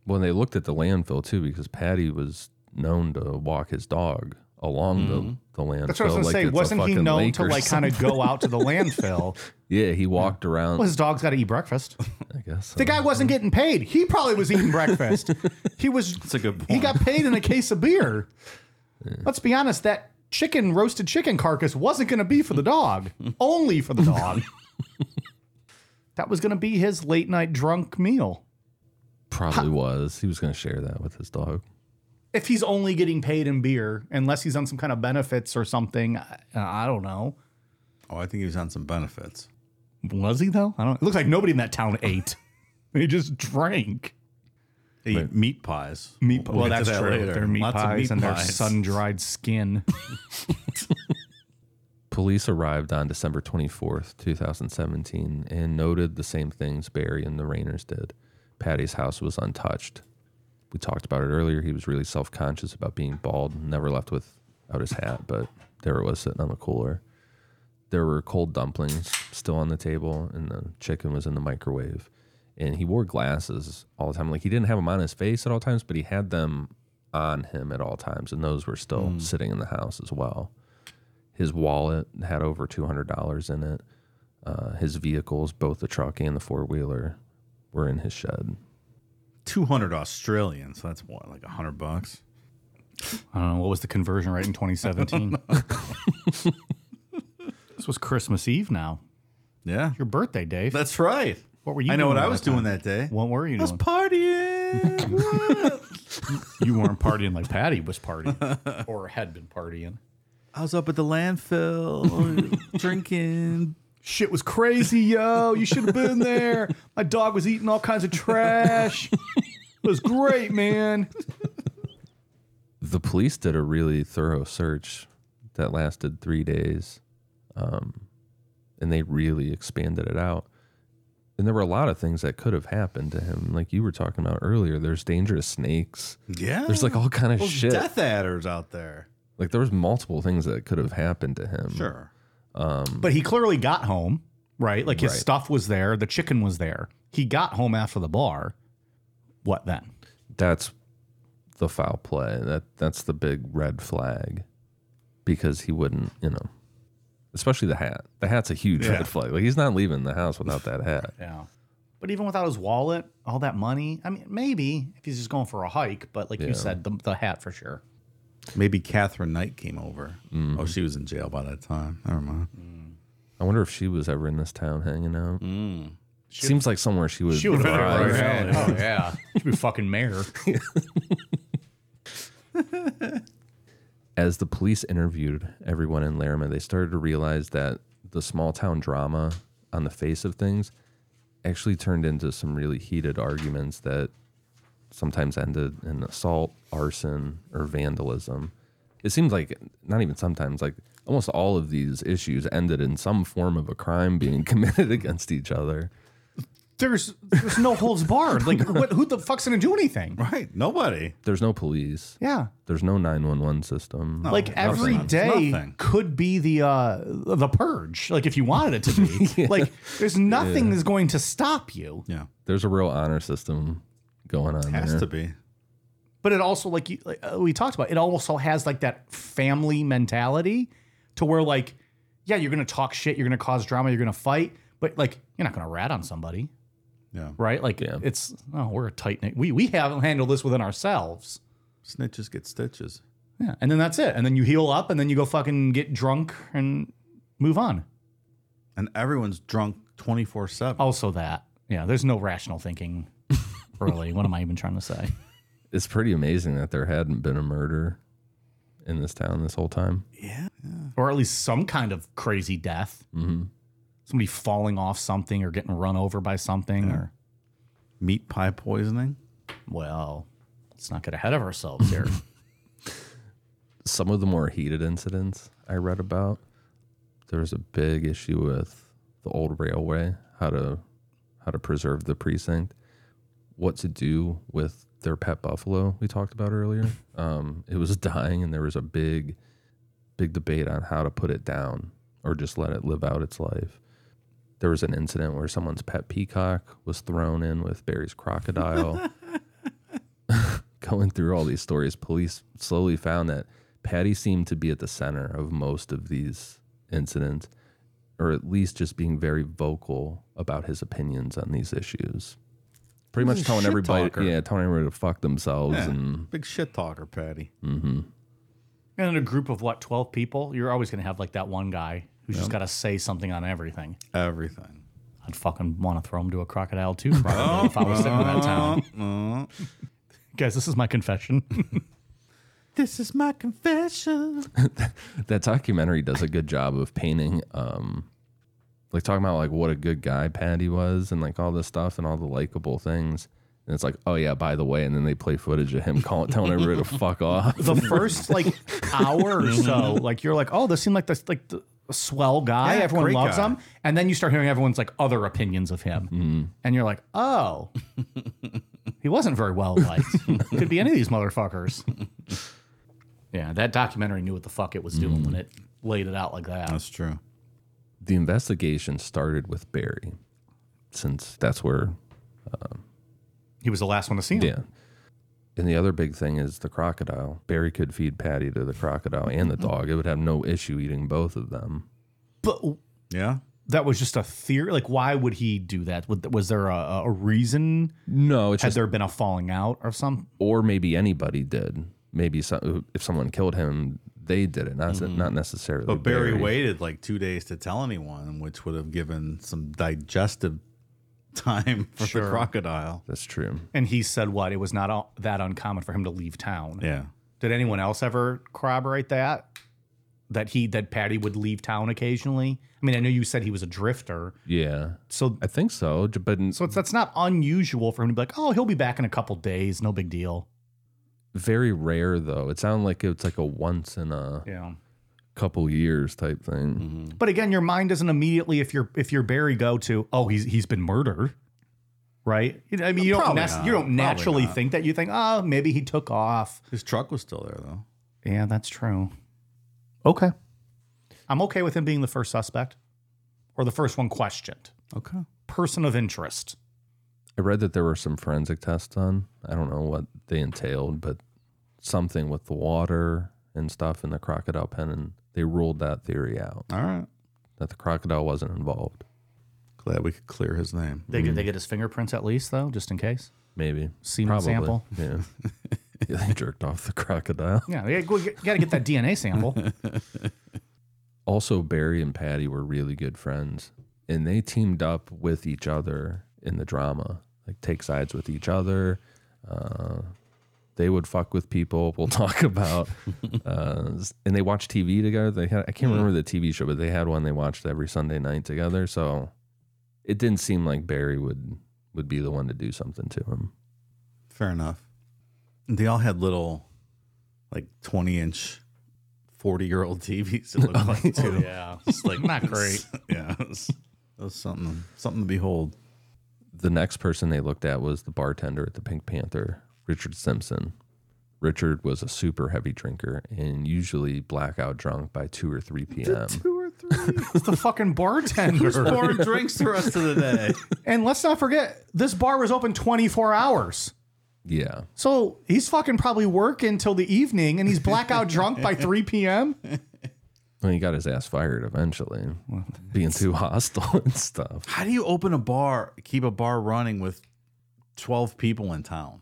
When they looked at the landfill too, because Patty was known to walk his dog along the, the landfill.
That's what I was
like
gonna
it's
say.
a
Wasn't he
fucking
known
lake
to
or
like kind of
something.
go out to the landfill?
(laughs) Yeah, he walked around.
Well, his dog's got to eat breakfast.
(laughs) I guess
The guy wasn't getting paid. He probably was eating
(laughs)
breakfast. He was.
that's a good point.
He got paid in a case of beer. Let's be honest, that chicken, roasted chicken carcass wasn't going to be for the
(laughs)
dog, only for the dog. that was going to be his late night drunk meal.
probably was. He was going to share that with his dog.
If he's only getting paid in beer, unless he's on some kind of benefits or something, I, I don't know.
oh, I think he was on some benefits.
Was he though? I don't. It looks like nobody in that town ate. (laughs) they just drank.
They eat meat pies.
Meat
We'll get to that later.
Their meat
Lots of
pies
meat
and their
pies.
sun-dried skin.
Police arrived on December 24th, 2017, and noted the same things Barry and the Rainers did. Patty's house was untouched. We talked about it earlier. He was really self conscious about being bald, never left without his hat, but there it was sitting on the cooler. There were cold dumplings still on the table, and the chicken was in the microwave. And he wore glasses all the time. Like he didn't have them on his face at all times, but he had them on him at all times, and those were still sitting in the house as well. His wallet had over two hundred dollars in it. Uh, his vehicles, both the truck and the four wheeler, were in his shed.
200 Australian, so that's what, like 100 bucks?
(laughs) I don't know what was the conversion rate in
(laughs)
2017. this was Christmas Eve. Now
Yeah.
your birthday, Dave.
That's right.
what were you?
I know
doing
what
at
I was
that
doing
time?
that day.
What were you
I was
doing? (laughs)
partying. What?
you weren't partying like Patty was partying, or had been partying.
I was up at
(laughs)
the landfill drinking.
Shit was crazy, yo. You should have been there. My dog was eating all kinds of trash. It was great, man.
the police did a really thorough search that lasted three days, um, and they really expanded it out. And there were a lot of things that could have happened to him, like you were talking about earlier. There's dangerous snakes.
Yeah.
There's like all kind of
Those
shit.
death adders out there.
Like there was multiple things that could have happened to him.
Sure.
But he clearly got home, right? Like his
Right.
stuff was there, the chicken was there. He got home after the bar. What then?
That's the foul play. That that's the big red flag, because he wouldn't, you know, especially the hat. The hat's a huge
Yeah.
red flag. Like he's not leaving the house without that hat.
(laughs) Yeah. But even without his wallet, all that money, I mean, maybe if he's just going for a hike, but like you said, the, the hat for (laughs) sure.
Maybe Catherine Knight came over.
Mm-hmm.
Oh, she was in jail by that time. Never mind.
I wonder if she was ever in this town hanging out.
Mm.
Seems like somewhere she was.
would've been
thrive.
right Oh, yeah. She'd be fucking mayor.
As the police interviewed everyone in Laramie, they started to realize that the small town drama on the face of things actually turned into some really heated arguments that sometimes ended in assault, arson, or vandalism. It seems like not even sometimes, like almost all of these issues ended in some form of a crime being (laughs) committed against each other.
There's there's no holds barred. Like, what, who the fuck's going to do anything?
(laughs) Right. Nobody.
There's no police.
Yeah.
There's no 911 system.
Like every
nothing.
day
Nothing.
could be the uh, the purge. Like if you wanted it to be, like there's nothing that's going to stop you.
Yeah.
there's a real honor system going on
Has
there.
to be.
But it also like, you, like uh, we talked about, it also has like that family mentality to where like, yeah, you're gonna talk shit, you're gonna cause drama, you're gonna fight, but like you're not gonna rat on somebody,
Yeah.
right? Like
Yeah.
it's oh, we're a tight knit. We we haven't handled this within ourselves.
Snitches get stitches.
Yeah, and then that's it. And then you heal up, and then you go fucking get drunk and move on.
And everyone's drunk 24 7.
also that yeah there's no rational thinking really what am i even trying to say
It's pretty amazing that there hadn't been a murder in this town this whole time.
or at least some kind of crazy death somebody falling off something or getting run over by something or
Meat pie poisoning.
well let's not get ahead of ourselves here
Some of the more heated incidents I read about, there was a big issue with the old railway, how to how to preserve the precinct, what to do with their pet buffalo we talked about earlier. Um, it was dying, and there was a big, big debate on how to put it down or just let it live out its life. There was an incident where someone's pet peacock was thrown in with Barry's
(laughs)
crocodile. (laughs) Going through all these stories, police slowly found that Patty seemed to be at the center of most of these incidents, or at least just being very vocal about his opinions on these issues. Pretty
He's
much
a
telling
shit
everybody,
talker.
yeah, telling everybody to fuck themselves
Yeah.
Mm-hmm.
and
Big shit talker, Patty.
and in a group of what 12 people you're always going to have like that one guy who's just got to say something on everything
Everything.
i'd fucking want to throw him to a crocodile too probably if i was sitting in that
(laughs)
town guys this is my confession
This is my confession.
that documentary does a good job of painting um like talking about like what a good guy Patty was and like all this stuff and all the likable things. And it's like, oh yeah, by the way, and then they play footage of him (laughs) calling telling everybody to fuck off. (laughs)
(laughs)
the first like hour
Mm-hmm.
or so, like you're like, oh, this seemed like this like the swell guy.
Yeah,
Everyone
great
loves
guy. Mm-hmm.
him, and then you start hearing everyone's like other opinions of him, and you're like, oh, he wasn't very well liked. Could be any of these
(laughs)
motherfuckers.
Mm.
yeah, that documentary knew what the fuck it was doing when it laid it out like that.
That's true.
the investigation started with Barry, since that's where
He was the last one to see him.
Yeah. And the other big thing is the crocodile. Barry could feed Patty to the crocodile and the dog. It would have no issue eating both of them.
But
Yeah.
that was just a theory. Like, why would he do that? Would- Was there a, a reason?
No, it's
Had
just
there been a falling out or something?
or maybe anybody did. Maybe so, if someone killed him, they did it. Not not necessarily.
But Barry waited like two days to tell anyone, which would have given some digestive time for the crocodile.
That's true.
And he said what? It was not all, that uncommon for him to leave town.
Yeah.
Did anyone else ever corroborate that? That he that Patty would leave town occasionally. I mean, I know you said he was a drifter,
Yeah,
so
I think so. j- But
so it's, that's not unusual for him to be like, oh, he'll be back in a couple days, no big deal.
very rare though. It sounded like it's like a once in a
Yeah.
couple years type thing.
But again, your mind doesn't immediately if you're if you're Barry go to oh he's he's been murdered, right? You know, I mean, you don't
Probably
nas-
not.
you don't
Probably
naturally
not.
think that. You think oh maybe he took off.
His truck was still there though.
Yeah, that's true. Okay. I'm okay with him being the first suspect or the first one questioned.
Okay.
Person of interest.
I read that there were some forensic tests done. I don't know what they entailed, but something with the water and stuff in the crocodile pen, and they ruled that theory out
All right.
that the crocodile wasn't involved.
Glad we could clear his name.
They, get, they get his fingerprints at least, though, just in case.
Maybe
Semen
Probably.
sample?
Yeah. yeah, they jerked off the crocodile.
Yeah, you got to get that (laughs) DNA sample.
Also, Barry and Patty were really good friends, and they teamed up with each other in the drama, like take sides with each other. Uh, they would fuck with people. (laughs) We'll talk about, uh, and they watched TV together. They had I can't remember the TV show, but they had one they watched every Sunday night together. So it didn't seem like Barry would would be the one to do something to him.
Fair enough. They all had little, like twenty inch, forty year old TVs. (laughs) It looked like too.
yeah.
Oh, (laughs) It's like
Not great.
yeah. It was, it was something something to behold.
the next person they looked at was the bartender at the Pink Panther, Richard Simpson. Richard was a super heavy drinker and usually blackout drunk by 2 or 3 p.m.
It's the fucking bartender.
Pouring drinks the rest of the day.
and let's not forget, this bar was open 24 hours.
Yeah.
So he's fucking probably working till the evening and he's blackout drunk
(laughs)
by 3 p.m.
And he got his ass fired eventually, being too (laughs) hostile and stuff.
(laughs) How do you open a bar, keep a bar running with twelve people in town?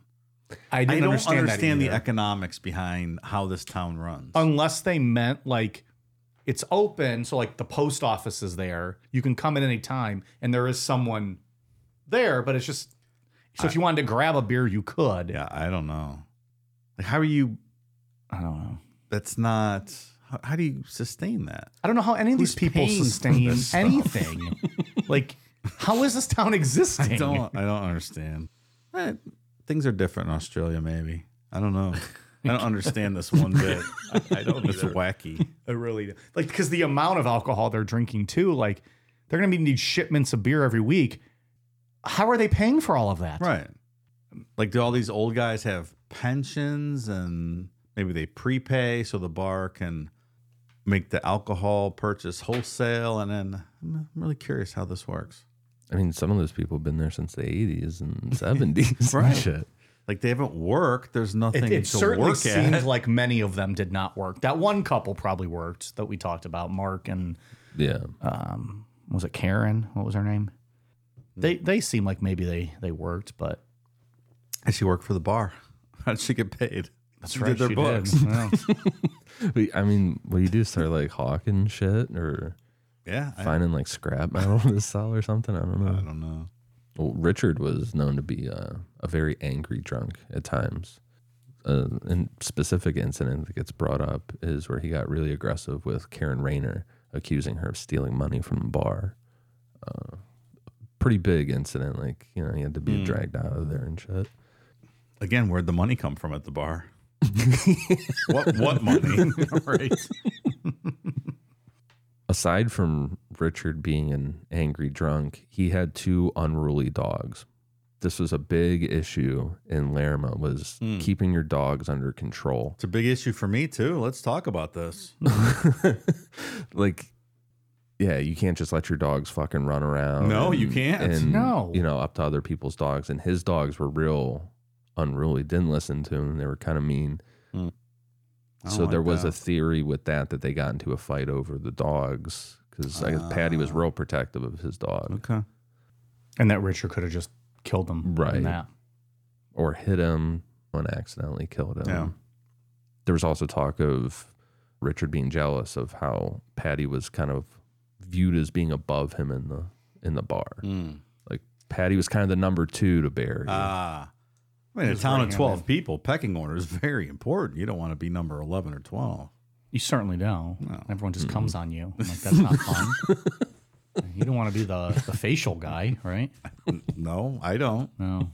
I don't understand, the economics behind how this town runs.
unless they meant like it's open so like the post office is there you can come at any time and there is someone there but it's just so if you wanted to grab a beer you could
yeah, I don't know. Like, how are you?
i don't know
That's not. How, how do you sustain that?
i don't know how any of these
Who's
people
paying for
sustain
this stuff?
anything
(laughs)
like how is this town existing
I don't. I don't understand. Eh, things are different in Australia. Maybe I don't know. I (laughs) don't understand this one bit. I, don't. It's wacky. (laughs)
I really don't. like because the amount of alcohol they're drinking too like they're gonna be need shipments of beer every week how are they paying for all of that
Right. Like, do all these old guys have pensions and maybe they prepay so the bar can make the alcohol purchase wholesale? And then I'm I'm really curious how this works.
I mean, some of those people have been there since the 80s and
(laughs)
70s.
Right.
And shit.
Like, they haven't worked. There's nothing
It, it
to
certainly
work
seemed
at.
like many of them did not work. That one couple probably worked that we talked about, Mark and
Yeah.
um, was it Karen? What was her name? They they seem like maybe they they worked, but
(laughs) And she worked for the bar. (laughs) How'd she get paid?
that's
She did their books.
(laughs) Yeah.
But, I mean, what do you do? Start like hawking shit or
Yeah. I,
finding like scrap metal (laughs) to sell or something? I don't know.
I don't know.
Well, Richard was known to be uh, a very angry drunk at times. Uh, and specific incident that gets brought up is where he got really aggressive with Karen Rayner, accusing her of stealing money from the bar. Uh, pretty big incident. Like you know, he had to be dragged out of there and shit.
Again, where'd the money come from at the bar? what what money? right.
Aside from Richard being an angry drunk, he had two unruly dogs. This was a big issue in Laramie was keeping your dogs under control.
It's a big issue for me too. Let's talk about this.
(laughs) like yeah, you can't just let your dogs fucking run around.
No, you can't.
And,
No.
you know, up to other people's dogs. And his dogs were real unruly. Didn't listen to him. They were kind of mean.
I don't
So there
like
was
that.
a theory with that that they got into a fight over the dogs because I guess Patty
Ah.
was real protective of his dog
okay.
And that Richard could have just killed them. in
Right.
that.
or hit him and accidentally killed him.
Yeah.
There was also talk of Richard being jealous of how Patty was kind of viewed as being above him in the in the bar. Like Patty was kind of the number two to Barry.
Hmm. Ah, I mean, a town of twelve people, pecking order is (laughs) very important. You don't want to be number eleven or twelve.
You certainly don't. Everyone just comes on you. I'm like, that's not fun. (laughs) you don't want to be the, the facial guy, right?
No, I don't.
No.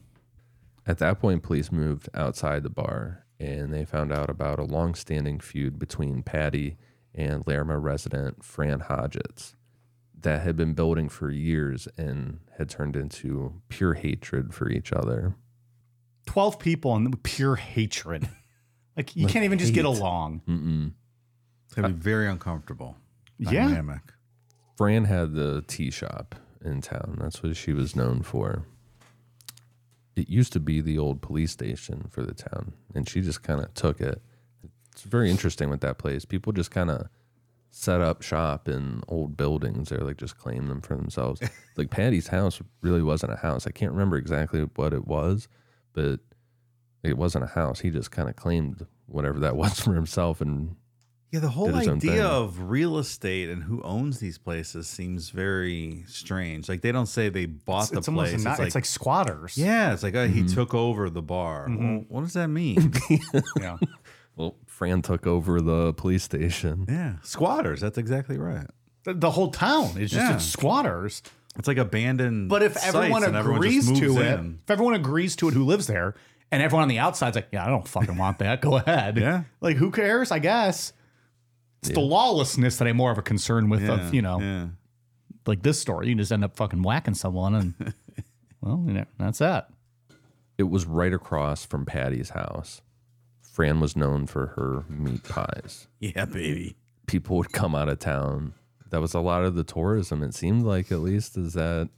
At that point, police moved outside the bar and they found out about a long-standing feud between Patty and Laramie resident Fran Hodgetts that had been building for years and had turned into pure hatred for each other.
12 people and pure hatred. Like, you can't even just get along.
Mm. It's gonna be very uncomfortable.
Yeah.
Dynamic.
Fran had the tea shop in town. That's what she was known for. It used to be the old police station for the town, and she just kind of took it. It's very interesting with that place. People just kind of set up shop in old buildings. They're like just claim them for themselves. like Patty's house really wasn't a house. I can't remember exactly what it was, but it wasn't a house. He just kind of claimed whatever that (laughs) was for himself and
Yeah, the whole
Did his own thing.
idea of real estate and who owns these places seems very strange. Like they don't say they bought
It's,
the
it's
place.
almost not, it's, like, squatters.
yeah, it's like oh,
Mm-hmm.
he took over the bar. Well, what does that (laughs) mean?
Yeah.
well, Fran took over the police station.
yeah, squatters. That's exactly right.
The, the whole town is just
Yeah.
it's squatters.
It's like abandoned.
But if
sites
everyone
and everyone
agrees
just moves
to it,
in.
if everyone agrees to it who lives there, and everyone on the outside's like, yeah, I don't fucking want that. Go ahead.
Yeah.
Like, who cares? I guess. It's the lawlessness that I'm more of a concern with,
yeah,
of, you know,
yeah.
like this story. You just end up fucking whacking someone,
(laughs)
and well, you know, that's that.
It was right across from Patty's house. Fran was known for her meat pies.
yeah, baby.
People would come out of town. That was a lot of the tourism, it seemed like, at least, is that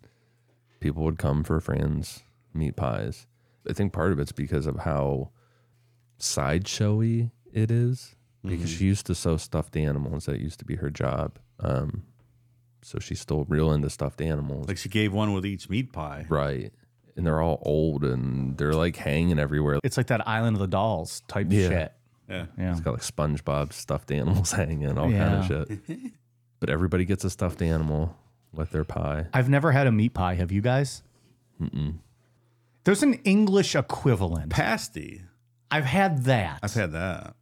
people would come for Fran's meat pies. I think part of it's because of how sideshowy it is, because she used to sew stuffed animals. That used to be her job. Um, so she's still real into stuffed animals.
Like she gave one with each meat pie.
right. And they're all old and they're like hanging everywhere.
It's like that Island of the Dolls type
Yeah.
shit.
Yeah.
Yeah,
It's got like SpongeBob stuffed animals (laughs) hanging, all kind
Yeah.
of shit.
(laughs)
But everybody gets a stuffed animal with their pie.
I've never had a meat pie. Have you guys? Mm-mm. There's an English equivalent.
Pasty.
I've had that.
I've had that.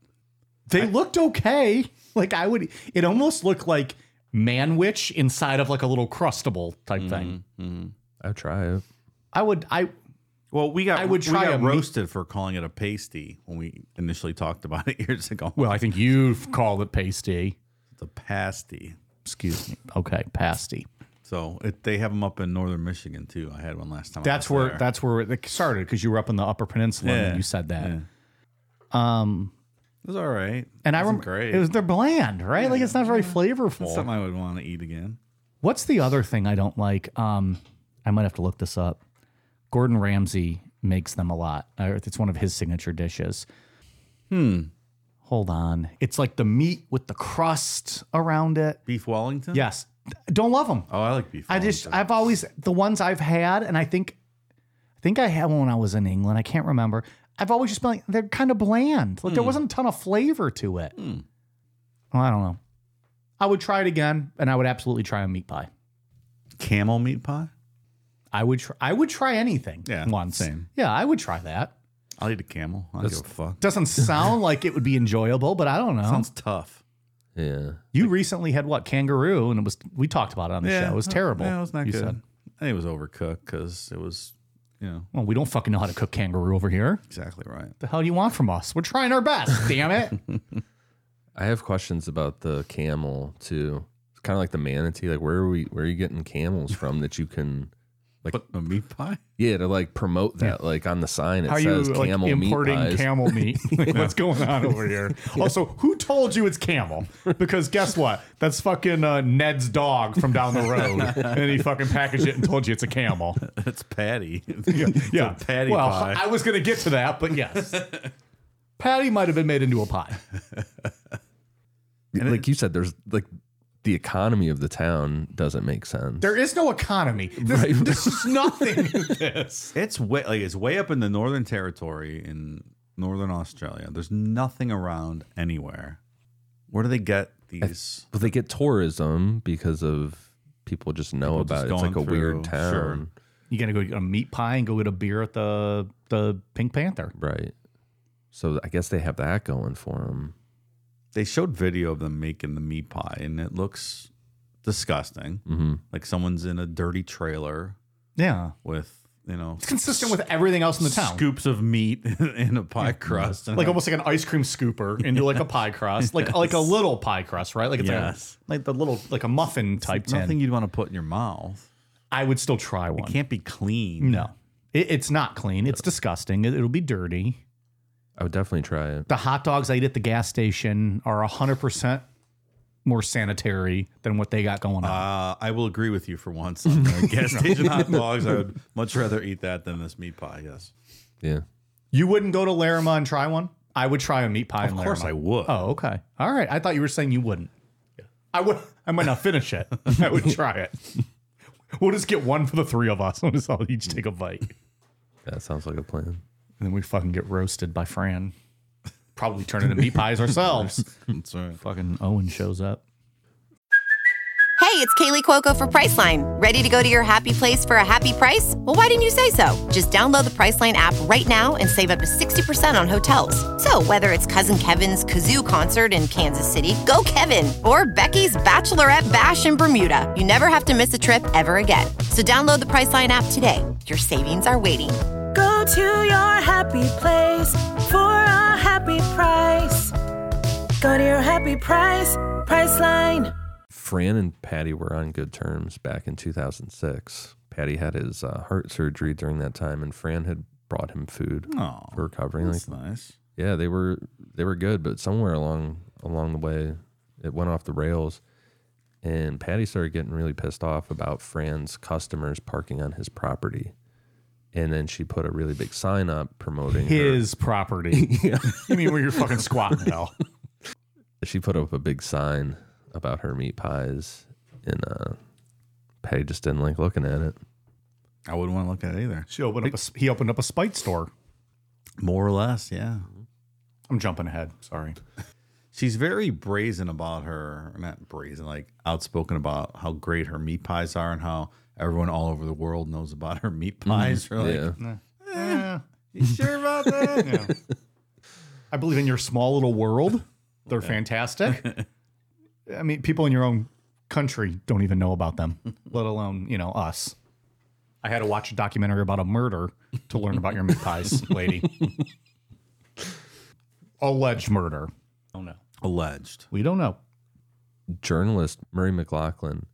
they looked okay. Like I would, it almost looked like manwich inside of like a little crustable type thing.
I'll try it.
I would, I
Well, we got
I would try
we
a
got
meat-
roasted for calling it a pasty when we initially talked about it (laughs) years ago.
well, I think you've called it pasty.
the pasty.
Excuse me. Okay, pasty.
So it, they have them up in northern Michigan too. I had one last time. I
That's
was
where
there.
that's where it started because you were up in the Upper Peninsula and
Yeah.
you said that.
Yeah.
Um,
it was all right.
and
It
I remember
wasn't great.
it was they're bland, right? like it's not very
That's
flavorful.
something I would want to eat again.
What's the other thing I don't like? Um, I might have to look this up. Gordon Ramsay makes them a lot. Uh, It's one of his signature dishes. Hmm. Hold on. It's like the meat with the crust around it.
Beef Wellington.
Yes. Don't love them.
Oh, I like beef.
I just
Wellington.
I've always the ones I've had, and I think I think I had one when I was in England. I can't remember. I've always just been like they're kind of bland. Like there wasn't a ton of flavor to it. Well, I don't know. I would try it again, and I would absolutely try a meat pie.
camel meat pie.
I would try. I would try anything.
Yeah,
once.
same.
Yeah, I would try that.
I'll eat a camel. I don't give a fuck.
Doesn't sound like it would be enjoyable, but I don't know.
Sounds tough.
Yeah.
you recently had what kangaroo, and it was we talked about it on the show. It was
uh,
terrible.
Yeah, it was not
you
good.
said.
I think it was overcooked because it was, you know,
Well, we don't fucking know how to cook kangaroo over here.
exactly right.
the hell do you want from us? We're trying our (laughs) best, damn it.
I have questions about the camel too. It's kind of like the manatee. Like, where are we? Where are you getting camels from that you can Like,
But a meat pie?
yeah, to like promote that, like on the sign, it
How are you
says
like
camel
importing
meat pies.
camel (laughs) meat? Like, What's going on over (laughs) here? Also, who told you it's camel? Because guess what? That's fucking uh, Ned's dog from down the (laughs) road, and he fucking packaged it and told you it's a camel.
(laughs) That's patty.
Yeah, yeah.
It's a patty
well,
pie.
I was gonna get to that, but
(laughs)
yes, patty might have been made into a pie.
like you said, there's like the economy of the town doesn't make sense.
There is no economy. This, this
(laughs)
is nothing. this.
It's way like it's way up in the northern territory in northern Australia. There's nothing around anywhere. Where do they get these?
but they get tourism because of people just know
People
about
just
it. It's like a
going
weird
through,
town,
sure.
You gonna go get a meat pie and go get a beer at the the Pink Panther?
right? So I guess they have that going for them.
They showed video of them making the meat pie, and it looks disgusting.
hmm
Like someone's in a dirty trailer
Yeah,
with you know
it's consistent with everything else in the town.
scoops of meat (laughs) in a pie crust, and
like almost like an ice cream scooper into like a
(laughs)
pie crust, like like a little pie crust, right? Like it's
Yes.
like, a, like the little like a muffin type tin.
nothing you'd want to put in your mouth.
I would still try one.
Can't be clean.
No, it, it's not clean. It's disgusting. It, it'll be dirty.
I would definitely try it.
The hot dogs I eat at the gas station are hundred percent more sanitary than what they got going on.
Uh, I will agree with you for once. On (laughs) the gas station hot dogs. I would much rather eat that than this meat pie. Yes,
Yeah,
you wouldn't go to Laramie and try one. I would try a meat pie.
of course I would.
Oh, okay. All right. I thought you were saying you wouldn't. I would. I might not finish (laughs) it. I would try it. (laughs) We'll just get one for the three of us. We'll just all each take a bite, and
that sounds like a plan.
then we fucking get roasted by Fran. Probably turn into meat pies ourselves.
That's right.
fucking (laughs) Owen shows up.
Hey, it's Kaylee Cuoco for Priceline. Ready to go to your happy place for a happy price? Well, why didn't you say so? Just download the Priceline app right now and save up to 60% on hotels. So, whether it's Cousin Kevin's Kazoo concert in Kansas City, go Kevin, or Becky's Bachelorette Bash in Bermuda, you never have to miss a trip ever again. So, download the Priceline app today. Your savings are waiting.
Go to your happy place for a happy price. Go to your happy price, Priceline.
Fran and Patty were on good terms back in 2006. Patty had his uh, heart surgery during that time, and Fran had brought him food
Oh,
for recovery. Like,
that's nice.
yeah, they were they were good, but somewhere along along the way, it went off the rails, and Patty started getting really pissed off about Fran's customers parking on his property, and then she put a really big sign up promoting her-
His (laughs) property. you mean where you're fucking squatting hell?
she put up a big sign about her meat pies, and uh, Patty just didn't like looking at it.
I wouldn't want to look at it either.
(laughs) She opened up. A, he opened up a spite store.
More or less, yeah.
I'm jumping ahead. Sorry.
She's very brazen about her, not brazen, like outspoken about how great her meat pies are and how everyone all over the world knows about her meat pies. You're like,
yeah.
Eh,
you sure about that?
yeah.
(laughs)
I believe in your small little world. They're fantastic. I mean, people in your own country don't even know about them, let alone, you know, us. I had to watch a documentary about a murder to learn about your meat pies, lady. Alleged murder. Oh no.
Alleged.
We don't know.
journalist Murray McLaughlin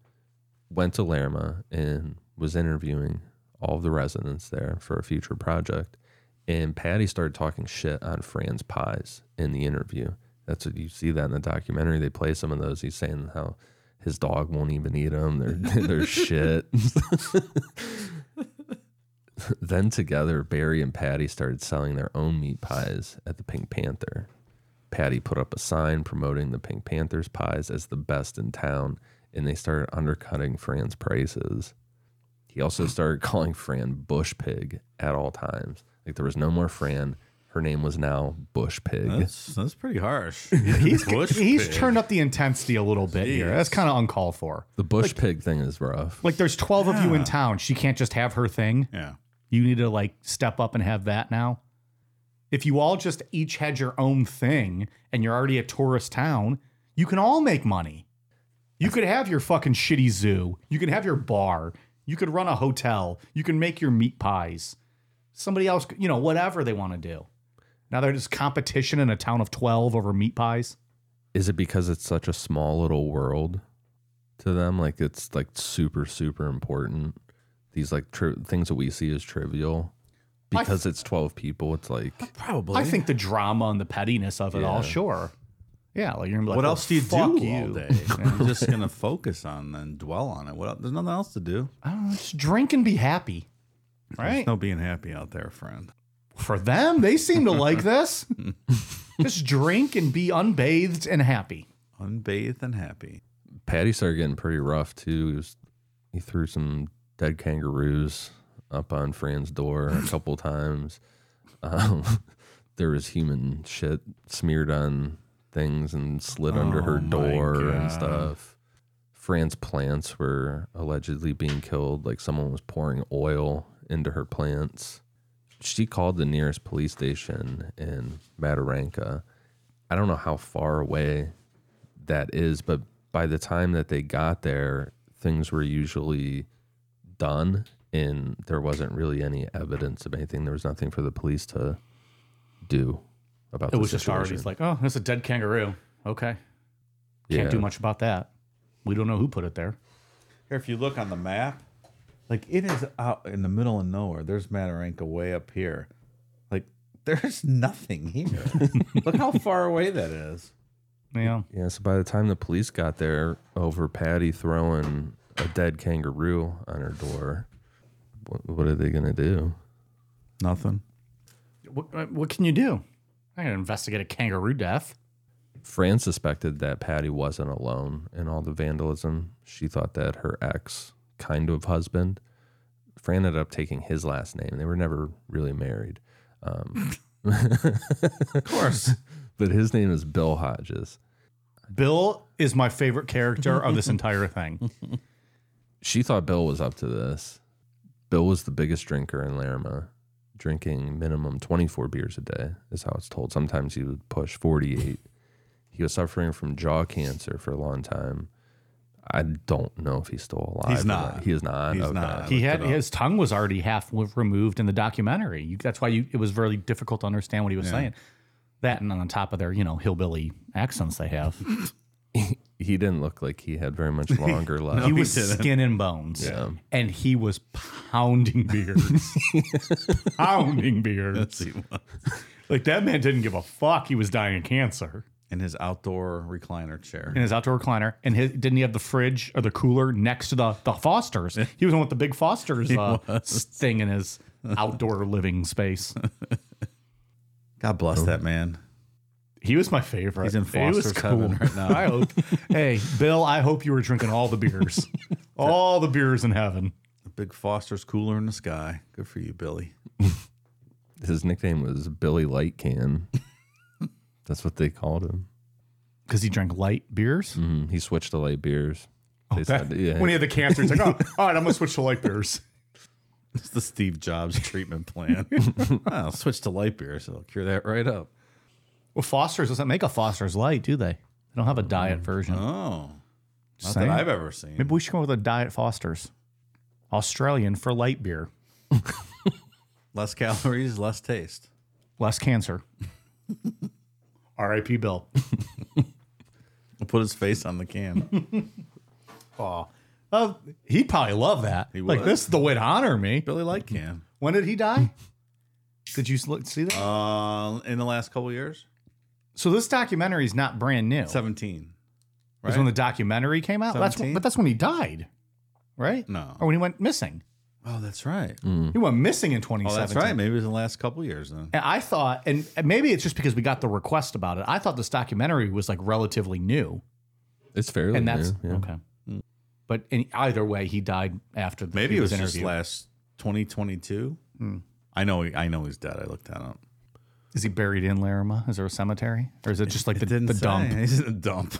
went to Lerma and was interviewing all of the residents there for a future project. And Patty started talking shit on Fran's pies in the interview. That's what you see that in the documentary. They play some of those. He's saying how his dog won't even eat them. They're (laughs) they're shit. then together, Barry and Patty started selling their own meat pies at the Pink Panther. Patty put up a sign promoting the Pink Panthers pies as the best in town, and they started undercutting Fran's prices. He also started (laughs) calling Fran Bush Pig at all times. Like there was no more Fran. Her name was now Bush Pig.
That's that's pretty harsh. (laughs) He's Bush
He's
pig.
turned up the intensity a little bit here. That's kind of uncalled for.
the Bush Pig thing is rough.
Like there's 12 of you in town. She can't just have her thing.
Yeah.
You need to like step up and have that now. If you all just each had your own thing and you're already a tourist town, you can all make money. You could have your fucking shitty zoo. You can have your bar. You could run a hotel. You can make your meat pies. Somebody else, could- you know, whatever they want to do. Now there's competition in a town of 12 over meat pies.
Is it because it's such a small little world to them? Like it's like super super important. these like tri- things that we see as trivial
I f-
because it's 12 people. It's like
Probably.
I think the drama and the pettiness of it all, sure. Yeah, like you're gonna be like,
what
well,
else do you do
fuck you. (laughs)
all day? I'm just gonna focus on and dwell on it. What? el- There's nothing else to do.
I don't know, just drink and be happy. Right?
There's no being happy out there, friend.
For them, they seem to like (laughs) this. just drink and be unbathed and happy.
Unbathed and happy.
Patty started getting pretty rough too. He, was, he threw some dead kangaroos up on Fran's door a couple times. Um, (laughs) there was human shit smeared on things and slid under her door and stuff. Fran's plants were allegedly being killed, like someone was pouring oil into her plants. She called the nearest police station in Mataranka. I don't know how far away that is, but by the time that they got there, things were usually done and there wasn't really any evidence of anything. There was nothing for the police to do about
It was
the
just already
situation.
like, oh, that's a dead kangaroo. Okay. Can't
Yeah.
do much about that. We don't know who put it there.
Here, if you look on the map, like it is out in the middle of nowhere. There's Mataranka way up here. Like (laughs) there's nothing (laughs) here. look how far away that is.
Yeah.
Yeah, so by the time the police got there over Patty throwing a dead kangaroo on her door, what, what are they going to do?
Nothing.
What, uh, what can you do? I gotta investigate a kangaroo death.
Fran suspected that Patty wasn't alone in all the vandalism. She thought that her ex, kind of husband, Fran ended up taking his last name. They were never really married. Um, of course. But his name is Bill Hodges.
(laughs) Bill is my favorite character of this entire thing.
she thought Bill was up to this. Bill was the biggest drinker in Laramie, drinking minimum 24 beers a day, is how it's told. Sometimes he would push 48. he was suffering from jaw cancer for a long time. I don't know if he's still alive.
He's
or
not.
He is not.
He's
Okay.
not.
He had
(laughs)
his tongue was already half w- removed in the documentary. You, that's why you, it was really difficult to understand what he was saying. That and on top of their, you know, hillbilly accents they have,
He didn't look like he had very much longer left.
he was skin and bones, and he was pounding beers, pounding beers.
See what-
Like that man didn't give a fuck. He was dying of cancer
In his outdoor recliner chair.
in his outdoor recliner, and his, didn't he have the fridge or the cooler next to the the Fosters? He was the one with the big Fosters uh, thing in his outdoor living space.
God
Oh.
bless that man.
He was my favorite.
He's in
He was
Foster's heaven right now.
(laughs) I hope. hey, Bill, I hope you were drinking all the (laughs) beers, all the beers in heaven.
The big Foster's cooler in the sky. Good for you, Billy.
His nickname was Billy Light Can. That's what they called him.
Because he drank light beers.
Mm, he switched to light beers. They said, yeah.
When he had the cancer, he's like, oh, all right, I'm gonna switch to light beers.
It's the Steve Jobs treatment plan. (laughs) I'll switch to light beer, so I'll cure that right up.
Well, Foster's doesn't make a Foster's light, do they? They don't have a diet version.
Oh, not
Just saying.
that I've ever seen.
Maybe we should go with a diet Foster's, Australian for light beer,
Less calories, less taste.
less cancer. R.I.P. Bill.
I'll (laughs) put his face on the can.
Oh, oh, he'd probably love that. like
would.
this is the way to honor me.
Billy Light Can.
When did he (laughs) die? did you s- look- see that?
Uh, in the last couple years,
so this documentary is not brand new.
seventeen.
It was when the documentary came out. That's when,
17?
but that's when he died, right?
No.
Or when he went missing.
Oh, that's right.
He went missing in 2017.
Oh, that's right. Maybe it was in the last couple years then.
And I thought, and and maybe it's just because we got the request about it. I thought this documentary was like relatively new,
it's fairly
and that's
new, yeah.
okay. But in either way, he died after. The,
Mm. Maybe
he
it was, just
interviewed.
last twenty twenty two. I know. I know he's dead. I looked that up.
Is he buried in Laramie? Is there a cemetery, or is it just like the, the
say.
dump?
(laughs) He's in a dump.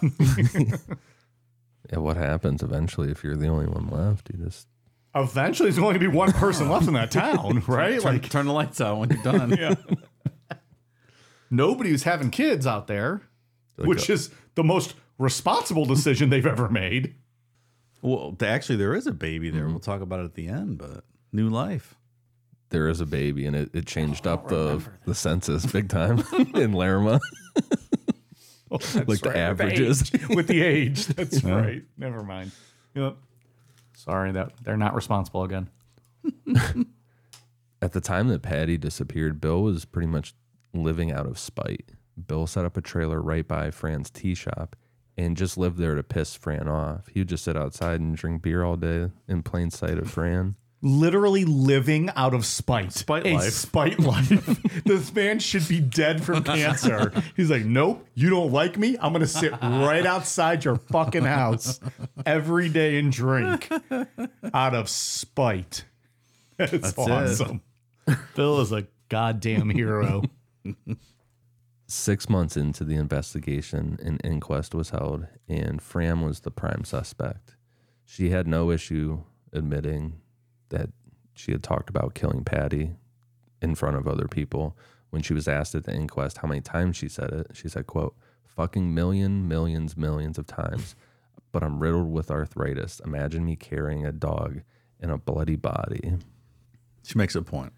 Yeah, what happens eventually if you're the only one left? You just
Eventually, there's only going to be one person left in that town, (laughs) right?
turn, turn the lights out when you're (laughs) done. yeah.
(laughs) nobody was having kids out there, which is the most responsible decision they've ever made.
Well, th- actually, there is a baby
Mm-hmm.
there. We'll talk about it at the end, but new life.
there is a baby, and it, it changed
Oh,
up the the census big time (laughs) in Laramie. (laughs) like the averages.
(laughs) with the age. That's right. Never mind. Yep. Sorry that they're not responsible again.
At the time that Patty disappeared, Bill was pretty much living out of spite. Bill set up a trailer right by Fran's tea shop and just lived there to piss Fran off. He would just sit outside and drink beer all day in plain sight of Fran.
Literally living out of spite.
Spite
A
life.
Spite (laughs) life. this man should be dead from cancer. He's like, nope, you don't like me. I'm going to sit right outside your fucking house every day and drink out of spite. (laughs) That's, awesome. Bill is a goddamn hero.
Six months into the investigation, an inquest was held, and Fran was the prime suspect. She had no issue admitting that she had talked about killing Patty in front of other people. When she was asked at the inquest how many times she said it, she said, quote, fucking million, millions, millions of times. But I'm riddled with arthritis. Imagine me carrying a dog in a bloody body.
She makes a point.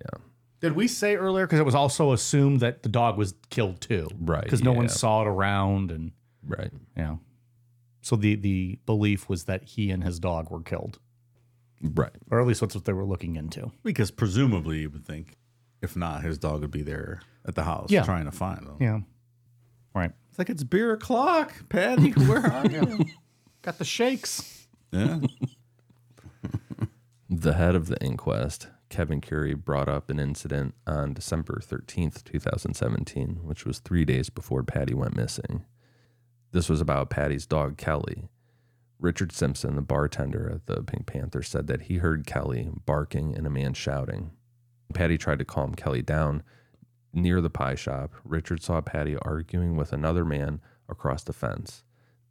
(laughs) Did we say earlier? Because it was also assumed that the dog was killed too.
Right,
Because no one
yeah.
saw it around and
Right.
Yeah. So the the belief was that he and his dog were killed,
Right.
or at least that's what they were looking into.
Because presumably you would think, if not, his dog would be there at the house
Yeah.
trying to find him.
Yeah. Right.
It's like it's beer o'clock, Patty. Where are you?
Got the shakes. (laughs)
yeah.
The head of the inquest, Kevin Curie, brought up an incident on December 13th, 2017, which was three days before Patty went missing. This was about Patty's dog, Kelly. Richard Simpson, the bartender at the Pink Panther, said that he heard Kelly barking and a man shouting. Patty tried to calm Kelly down. Near the pie shop, Richard saw Patty arguing with another man across the fence.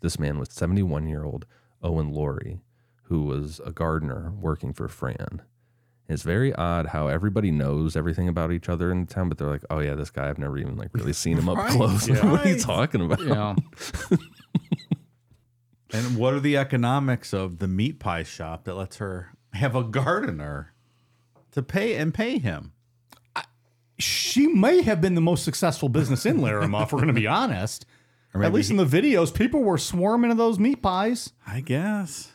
This man was 71 year old Owen Laurie, who was a gardener working for Fran. It's very odd how everybody knows everything about each other in the town, but they're like, "Oh yeah, this guy I've never even like really seen him up close. (laughs) what are you talking about?"
Yeah.
And what are the economics of the meat pie shop that lets her have a gardener to pay and pay him?
she may have been the most successful business in Laramie, if we're going to be honest.
Or
At least in the videos, people were swarming to those meat pies.
I guess.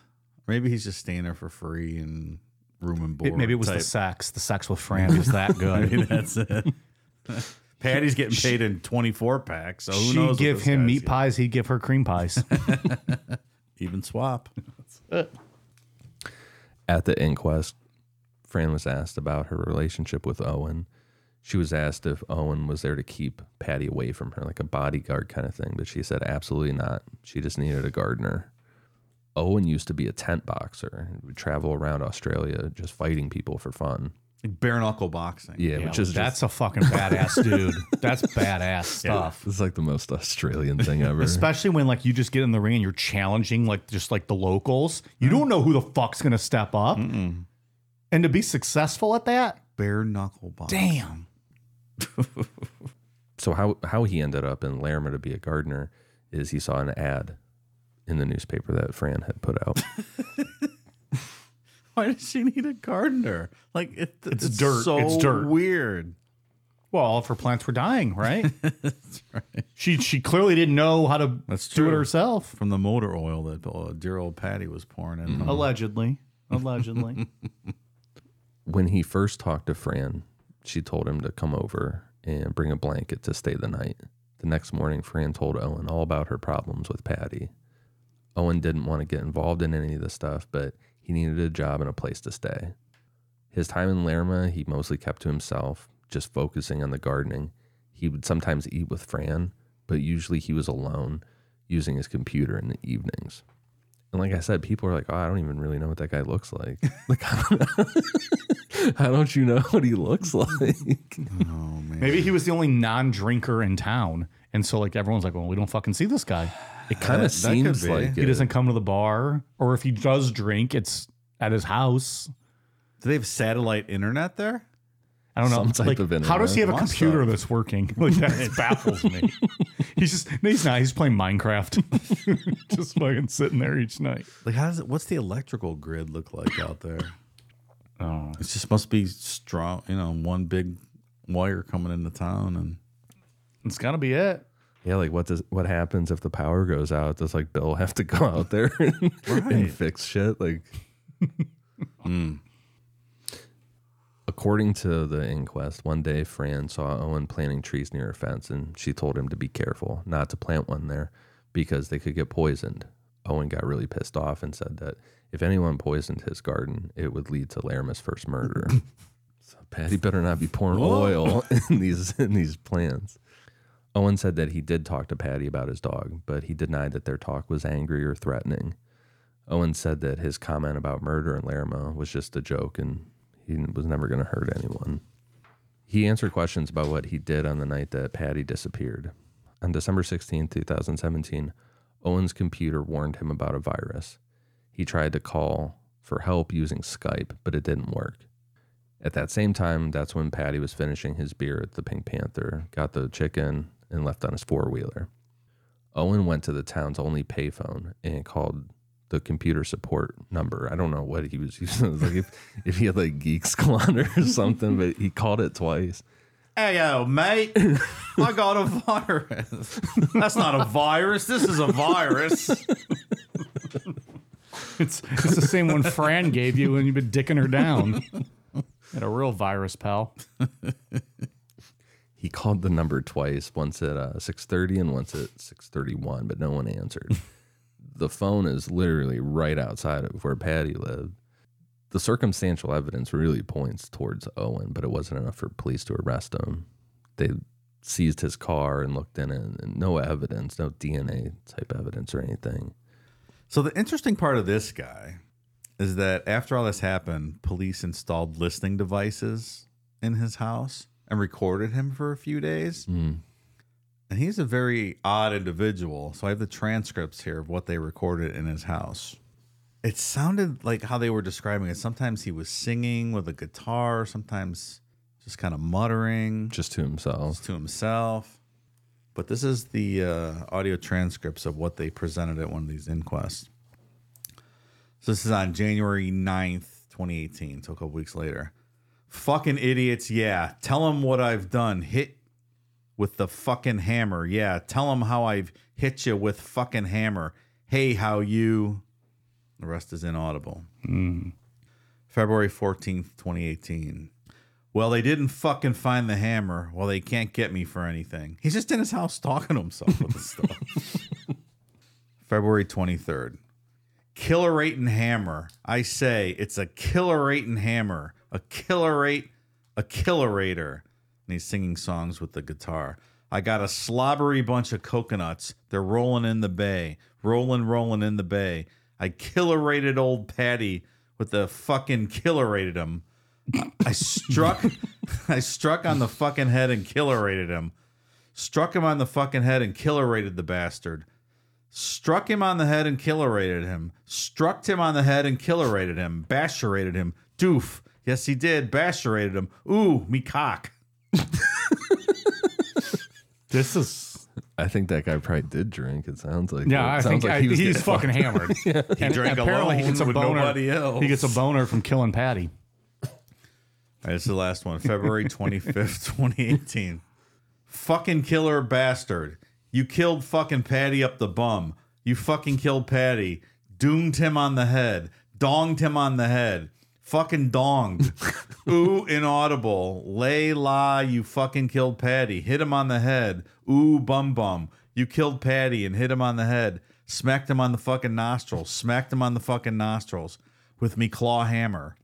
Maybe he's just staying there for free and room and board.
maybe it was
type.
the sex. The sex with Fran was that good.
(laughs) Maybe that's it.
(laughs)
Patty's getting paid in 24 packs, so who knows?
She'd
what
give
this
him
guy's
meat
getting.
pies. He'd give her cream pies.
Even swap.
At the inquest, Fran was asked about her relationship with Owen. She was asked if Owen was there to keep Patty away from her, like a bodyguard kind of thing, but she said absolutely not. She just needed a gardener. Owen used to be a tent boxer and would travel around Australia just fighting people for fun.
Like bare knuckle boxing.
Yeah, which is
that's
just,
a fucking badass dude. That's badass stuff.
it's like the most Australian
(laughs)
thing ever.
Especially when like you just get in the ring and you're challenging like just like the locals. You don't know who the fuck's gonna step up. And to be successful at that,
Bare knuckle boxing.
damn.
so how how he ended up in Larimer to be a gardener is he saw an ad in the newspaper that Fran had put out.
Why does she need a gardener? Like it, it's,
dirt.
So
It's dirt.
Weird.
Well, all of her plants were dying, right? (laughs) That's right. Mm. She she clearly didn't know how to
That's
do it
true.
herself.
From the motor oil that uh, dear old Patty was pouring in.
Mm-hmm. Mm. Allegedly. (laughs) Allegedly.
when he first talked to Fran, she told him to come over and bring a blanket to stay the night. The next morning, Fran told Owen all about her problems with Patty. Owen didn't want to get involved in any of this stuff, but he needed a job and a place to stay. His time in Lerma, he mostly kept to himself, just focusing on the gardening. He would sometimes eat with Fran, but usually he was alone using his computer in the evenings. And like I said, people are like, oh, I don't even really know what that guy looks like. (laughs) like, how don't you know (laughs) what he looks (laughs)
(laughs)
like?
Maybe he was the only non-drinker in town. And so like everyone's like, well, we don't fucking see this guy.
It kind
that
of seems
could be.
like
He
it.
doesn't come to the bar. Or if he does drink, it's at his house.
Do they have satellite internet there?
I don't know.
Some
like,
type of
How does he have a
internet.
computer
Must have.
that's working? (laughs) Like that baffles me.
(laughs)
He's just no, he's not. He's playing Minecraft. (laughs) just fucking sitting there each night.
Like how does it? What's the electrical grid look like out there? Oh, it just must be strong. You know, one big wire coming into town, and
It's gotta be it.
yeah, like what does what happens if the power goes out? Does like Bill (laughs) have to go out there and, and fix shit? Like According to the inquest, one day Fran saw Owen planting trees near her fence and she told him to be careful not to plant one there because they could get poisoned. Owen got really pissed off and said that if anyone poisoned his garden, it would lead to Larimer's first murder. so Patty better not be pouring oil (laughs) in these in these plants. Owen said that he did talk to Patty about his dog, but he denied that their talk was angry or threatening. Owen said that his comment about murder in Laramie was just a joke and he was never going to hurt anyone. He answered questions about what he did on the night that Patty disappeared. On December 16, 2017, Owen's computer warned him about a virus. He tried to call for help using Skype, but it didn't work. At that same time, that's when Patty was finishing his beer at the Pink Panther, got the chicken, and left on his four wheeler. Owen went to the town's only payphone and called the computer support number. I don't know what he was (laughs) using. It was like if, if he had like Geek Squad or (laughs) something, but he called it twice.
Hey,
(laughs)
yo, mate, I got a virus. That's not a virus. This is a virus.
(laughs) It's, it's the same one Fran gave you when you've been dicking her (laughs) down. And a real virus, pal.
He called the number twice, once at uh, 6:30 and once at 6:31, but no
(laughs)
one answered. the phone is literally right outside of where Patty lived. The circumstantial evidence really points towards Owen, but it wasn't enough for police to arrest him. They seized his car and looked in it, and no evidence, no DNA type evidence or anything.
So the interesting part of this guy is that after all this happened, police installed listening devices in his house and recorded him for a few days. And he's a very odd individual. So I have the transcripts here of what they recorded in his house. It sounded like how they were describing it. Sometimes he was singing with a guitar, sometimes just kind of muttering
Just to himself.
to himself. But this is the uh, audio transcripts of what they presented at one of these inquests. So this is on January 9th, 2018, so a couple weeks later. Fucking idiots, yeah. Tell them what I've done. Hit with the fucking hammer. Yeah, tell them how I've hit you with fucking hammer. Hey, how you. The rest is inaudible. February 14th, 2018. Well, they didn't fucking find the hammer. Well, they can't get me for anything. He's just in his house talking to himself with this stuff. February 23rd. Killerating hammer. I say it's a killerating hammer. A killerate, a killerator. And he's singing songs with the guitar. I got a slobbery bunch of coconuts. They're rolling in the bay. Rolling, rolling in the bay. I killerated old Patty with the fucking killerated him. I struck (laughs) I struck on the fucking head and killerated him. Struck him on the fucking head and killerated the bastard. Struck him on the head and killerated him. Struck him on the head and killerated him. Basherated him. Doof. Yes, he did. Basherated him. Ooh, me cock.
This is
I think that guy probably did drink. It sounds like
yeah.
it
I
sounds
think
like
I,
he was
he's
getting
fucking
(laughs)
hammered.
He drank
Apparently, he
alone
gets a
with
boner.
nobody else.
He gets a boner from killing Patty.
All right, this is the last one. February (laughs) 25th, 2018. fucking killer bastard. You killed fucking Patty up the bum. You fucking killed Patty. Doomed him on the head. Donged him on the head. Fucking donged. Ooh, inaudible. Lay la, you fucking killed Patty. Hit him on the head. Ooh, bum bum. You killed Patty and hit him on the head. Smacked him on the fucking nostrils. Smacked him on the fucking nostrils with me claw hammer.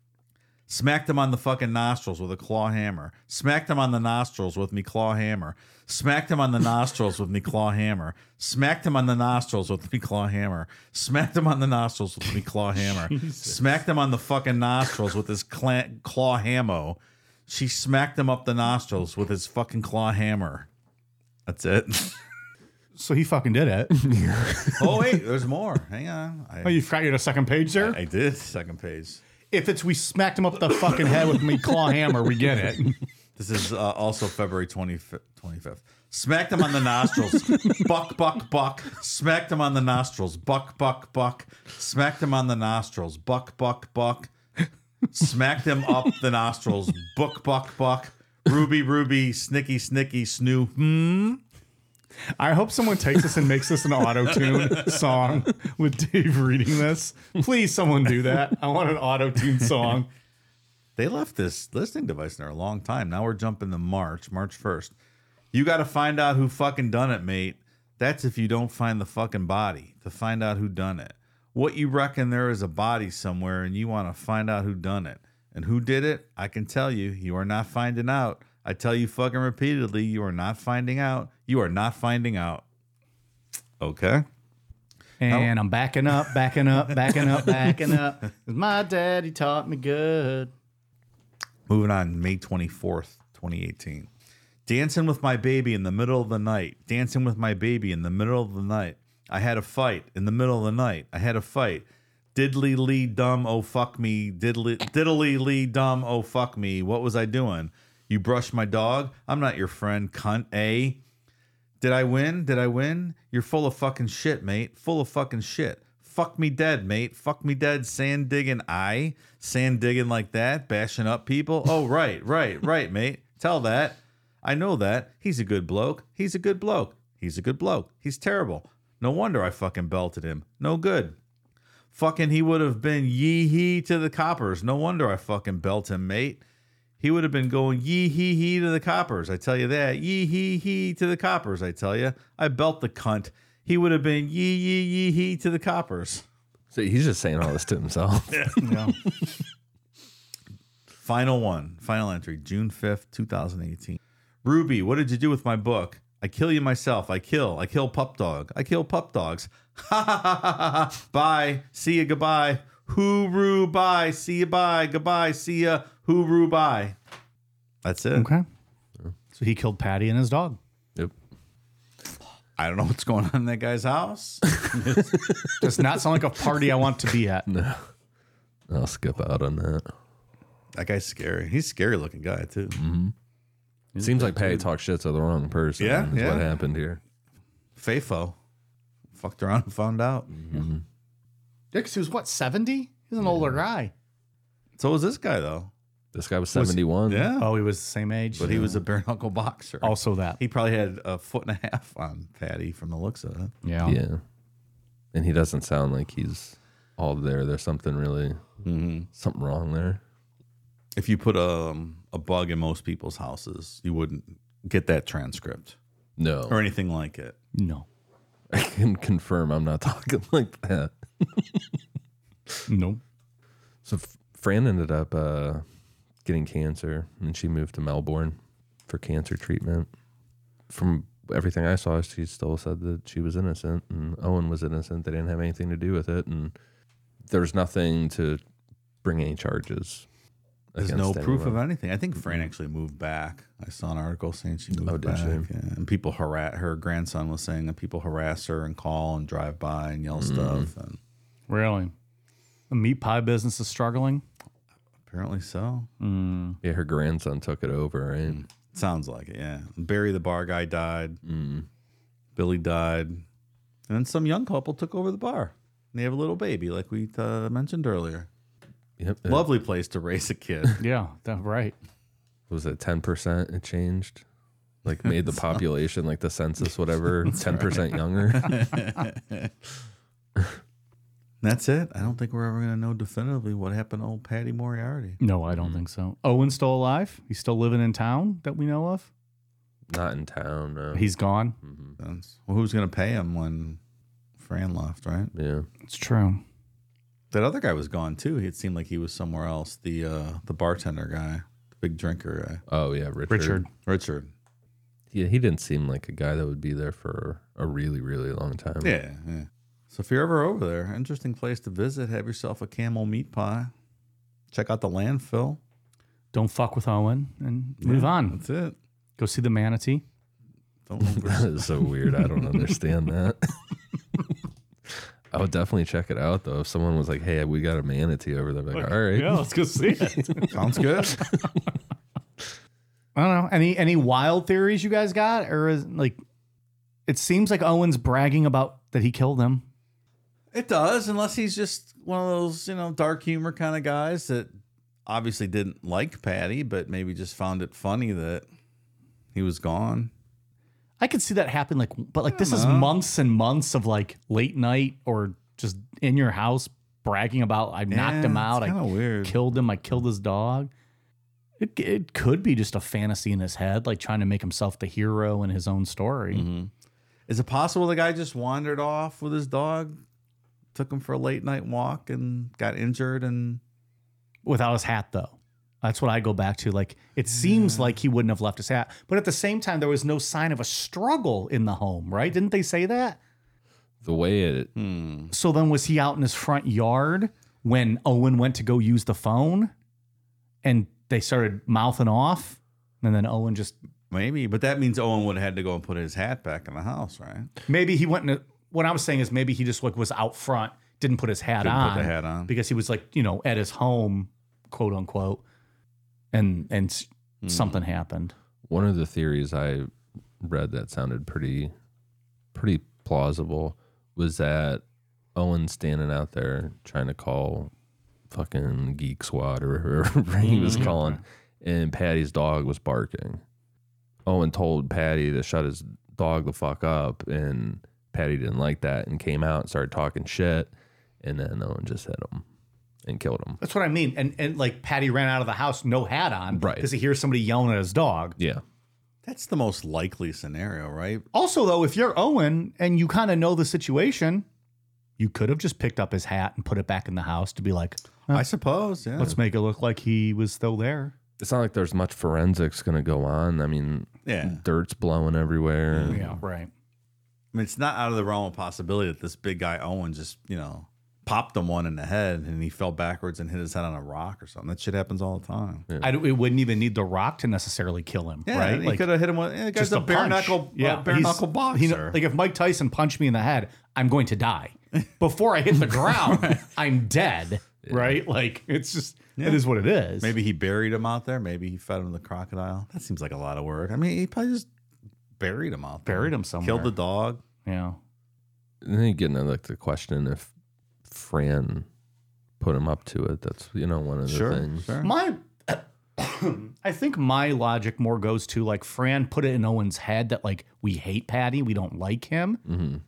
Smacked him on the fucking nostrils with a claw hammer. Smacked him on the nostrils with me claw hammer. Smacked him on the nostrils with me claw hammer. Smacked him on the nostrils with me claw hammer. Smacked him on the nostrils with me claw hammer. Smacked him on the fucking nostrils with his cla claw hammer. She smacked him up the nostrils with his fucking claw hammer. That's it.
So he fucking did
(laughs)
it.
(laughs) oh (laughs) wait, there's more. Hang on.
Oh,
I,
you forgot you're the second page there.
I did second page.
if it's we smacked him up the fucking head with me claw hammer, we get
(laughs)
it.
This is uh, also February 25th, 25th. Smacked him on the nostrils. buck, buck, buck. Smacked him on the nostrils. Buck, buck, buck. Smacked him on the nostrils. Buck, buck, buck. Smacked him up the nostrils. Buck, buck, buck. Ruby, ruby. Snicky, snicky. Snoo.
I hope someone takes this and makes this an auto tune
(laughs)
song with Dave reading this. Please, someone do that. I want an auto tune song.
They left this listening device in there a long time. Now we're jumping to March, March 1st. You got to find out who fucking done it, mate. That's if you don't find the fucking body to find out who done it. What you reckon there is a body somewhere and you want to find out who done it. And who did it? I can tell you, you are not finding out. I tell you fucking repeatedly, you are not finding out. You are not finding out. Okay.
And I'm backing up, backing up, backing up, backing up. 'Cause My daddy taught me good.
Moving on, May 24th, 2018. Dancing with my baby in the middle of the night. Dancing with my baby in the middle of the night. I had a fight in the middle of the night. I had a fight. Diddly lee dumb, oh fuck me. Diddly, diddly lee dumb, oh fuck me. What was I doing? You brushed my dog? I'm not your friend, cunt, eh? Did I win? Did I win? You're full of fucking shit, mate. Full of fucking shit. Fuck me dead, mate. Fuck me dead. Sand digging, I sand digging like that, bashing up people. Oh right, right, right, mate. Tell that. I know that. He's a good bloke. He's a good bloke. He's a good bloke. He's terrible. No wonder I fucking belted him. No good. Fucking he would have been yee hee to the coppers. No wonder I fucking belt him, mate he would have been going yee hee hee to the coppers. I tell you that. Yee hee hee to the coppers. I tell you. I belt the cunt. He would have been yee yee yee hee to the coppers.
So he's just saying all this
(laughs)
to himself.
Final one, final entry, June 5th, 2018. Ruby, what did you do with my book? I kill you myself. I kill. I kill pup dog. I kill pup dogs. (laughs) Ha ha ha ha ha. ha. Bye. See you. Goodbye. Hooroo. Bye. See you. Bye. Goodbye. See ya. Hooroo. Bye. That's it.
Okay. So he killed Patty and his dog.
yep.
I don't know what's going on in that guy's house.
Does not sound like a party I want to be at.
I'll skip out on that.
That guy's scary. He's a scary looking guy too.
Mm-hmm. Seems like Patty talked shit to the wrong person.
Yeah,
is
yeah.
What happened here?
Fafo. Fucked around and found out.
Yeah, 'cause he was what, 70? He's an older guy.
So was this guy though.
This guy was seventy one.
Yeah.
Oh, he was the same age.
But he was a bare knuckle boxer.
Oh.
also that.
He probably had a foot and a half on Patty from the looks of it.
Yeah.
Yeah. And he doesn't sound like he's all there. There's something really
Mm-hmm.
something wrong there.
If you put um, a bug in most people's houses, you wouldn't get that transcript
No.
or anything like it.
No.
(laughs) I can confirm I'm not (laughs) talking like that.
No.
So F- Fran ended up uh, getting cancer, and she moved to Melbourne for cancer treatment. From everything I saw, she still said that she was innocent, and Owen was innocent. They didn't have anything to do with it, and there's nothing to bring any charges.
There's no proof of anything. I think Fran actually moved back. I saw an article saying she moved
Oh, did
back.
she?
yeah. And people harass her grandson was saying that people harass her and call and drive by
Mm-hmm.
and yell stuff and
Really? The meat pie business is struggling.
apparently so.
Yeah, her grandson took it over, right?
Sounds like it, yeah. Barry the bar guy died. Billy died. And then some young couple took over the bar. And they have a little baby, like we uh, mentioned earlier. Hmm.
Yep. it
Lovely place to raise a kid. (laughs)
Yeah, that, right.
was it ten percent? It changed,
(laughs)
like made the population, like the census, whatever, ten percent
(laughs)
younger.
That's it. I don't think we're ever going to know definitively what happened to old Patty Moriarty.
No, I
Hmm.
don't think so. Owen's still alive. He's still living in town that we know of.
Not in town. No.
He's gone.
Hmm.
That's- Well, who's going to pay him when Fran left, right?
yeah.
It's true.
That other guy was gone too. It seemed like he was somewhere else. The uh, the bartender guy, the big drinker guy,
Oh yeah, Richard.
Richard.
Richard.
Yeah, he didn't seem like a guy that would be there for a really, really long time.
Yeah, yeah. So if you're ever over there, interesting place to visit. Have yourself a camel meat pie. Check out the landfill.
Don't fuck with Owen and move on.
That's it.
Go see the manatee.
Don't
(laughs)
over-
that is so weird. I don't understand that. (laughs) I would definitely check it out though. If someone was like, "Hey, we got a manatee over there," I'd be like, all right,
let's go see it.
sounds good.
(laughs) I don't know. Any any wild theories you guys got? Or is like it seems like Owen's bragging about that he killed him.
it does, unless he's just one of those you know dark humor kind of guys that obviously didn't like Patty, but maybe just found it funny that he was gone.
I could see that happen like but like this is months and months of like late night or just in your house bragging about I knocked him out. I
Kind of weird.
killed him. I killed his dog. It, it could be just a fantasy in his head, like trying to make himself the hero in his own story.
Is it possible the guy just wandered off with his dog, took him for a late night walk, and got injured? And
without his hat though. That's what I go back to. Like it seems like he wouldn't have left his hat, but at the same time, there was no sign of a struggle in the home, right? Didn't they say that?
The way it
So then, was he out in his front yard when Owen went to go use the phone, and they started mouthing off, and then Owen just
maybe, but that means Owen would have had to go and put his hat back in the house, right?
maybe he went. In what I was saying is maybe he just like was out front, didn't put his hat
Didn't
on,
put the hat on.
because he was like you know at his home, quote unquote, and and s
Hmm.
something happened.
one of the theories I read that sounded pretty pretty plausible was that Owen standing out there trying to call fucking Geek Squad or whoever (laughs) he was calling, and Patty's dog was barking. Owen told Patty to shut his dog the fuck up, and Patty didn't like that and came out and started talking shit, and then Owen just hit him and killed him.
That's what I mean. And and like Patty ran out of the house, no hat on,
Right.
Because he hears somebody yelling at his dog.
Yeah.
That's the most likely scenario, right?
Also, though, if you're Owen and you kind of know the situation, you could have just picked up his hat and put it back in the house to be like,
I suppose. Yeah.
let's make it look like he was still there.
It's not like there's much forensics going to go on. I mean,
Hmm.
yeah.
dirt's blowing everywhere. and-
right.
I mean, it's not out of the realm of possibility that this big guy Owen just, you know, popped him one in the head and he fell backwards and hit his head on a rock or something. That shit happens all the time. Yeah.
I don't- it wouldn't even need the rock to necessarily kill him, right?
he could have hit him with. Yeah, the guy's a bare
punch.
knuckle, yeah,
Yeah,
bare
he's-
knuckle boxer.
he kn- like if Mike Tyson punched me in the head, I'm going to
(laughs)
die. Before I hit the ground, I'm dead. Right? Like it's just it is what it is.
Maybe he buried him out there. Maybe he fed him the crocodile. That seems like a lot of work. I mean, he probably just buried him out there.
buried him somewhere.
Killed the dog.
Yeah.
And then you get into like the question if Fran put him up to it. That's you know one of the things.
My, (coughs) I think my logic more goes to like Fran put it in Owen's head that like we hate Patty, we don't like him.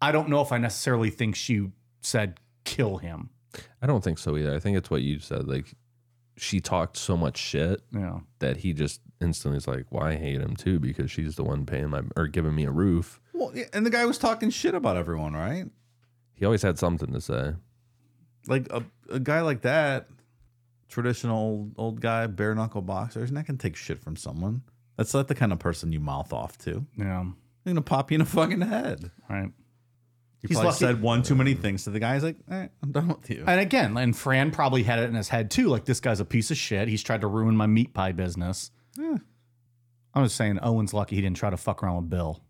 I don't know if I necessarily think she said kill him.
I don't think so either. I think it's what you said. Like she talked so much shit
Yeah,
that he just instantly is like, "Why I hate him too?" Because she's the one paying my or giving me a roof.
Well, yeah, and the guy was talking shit about everyone, right?
He always had something to say.
Like a, a guy like that, traditional old, old guy, bare knuckle boxer, he's not going to take shit from someone. That's not the kind of person you mouth off to. They're
yeah,
going to pop you in the (laughs) fucking head.
right.
You
He's
probably
lucky-
said one too many things to the guy. He's like, eh, I'm done with you.
And again, and Fran probably had it in his head too. Like this guy's a piece of shit. He's tried to ruin my meat pie business. I'm just saying, Owen's lucky he didn't try to fuck around with Bill.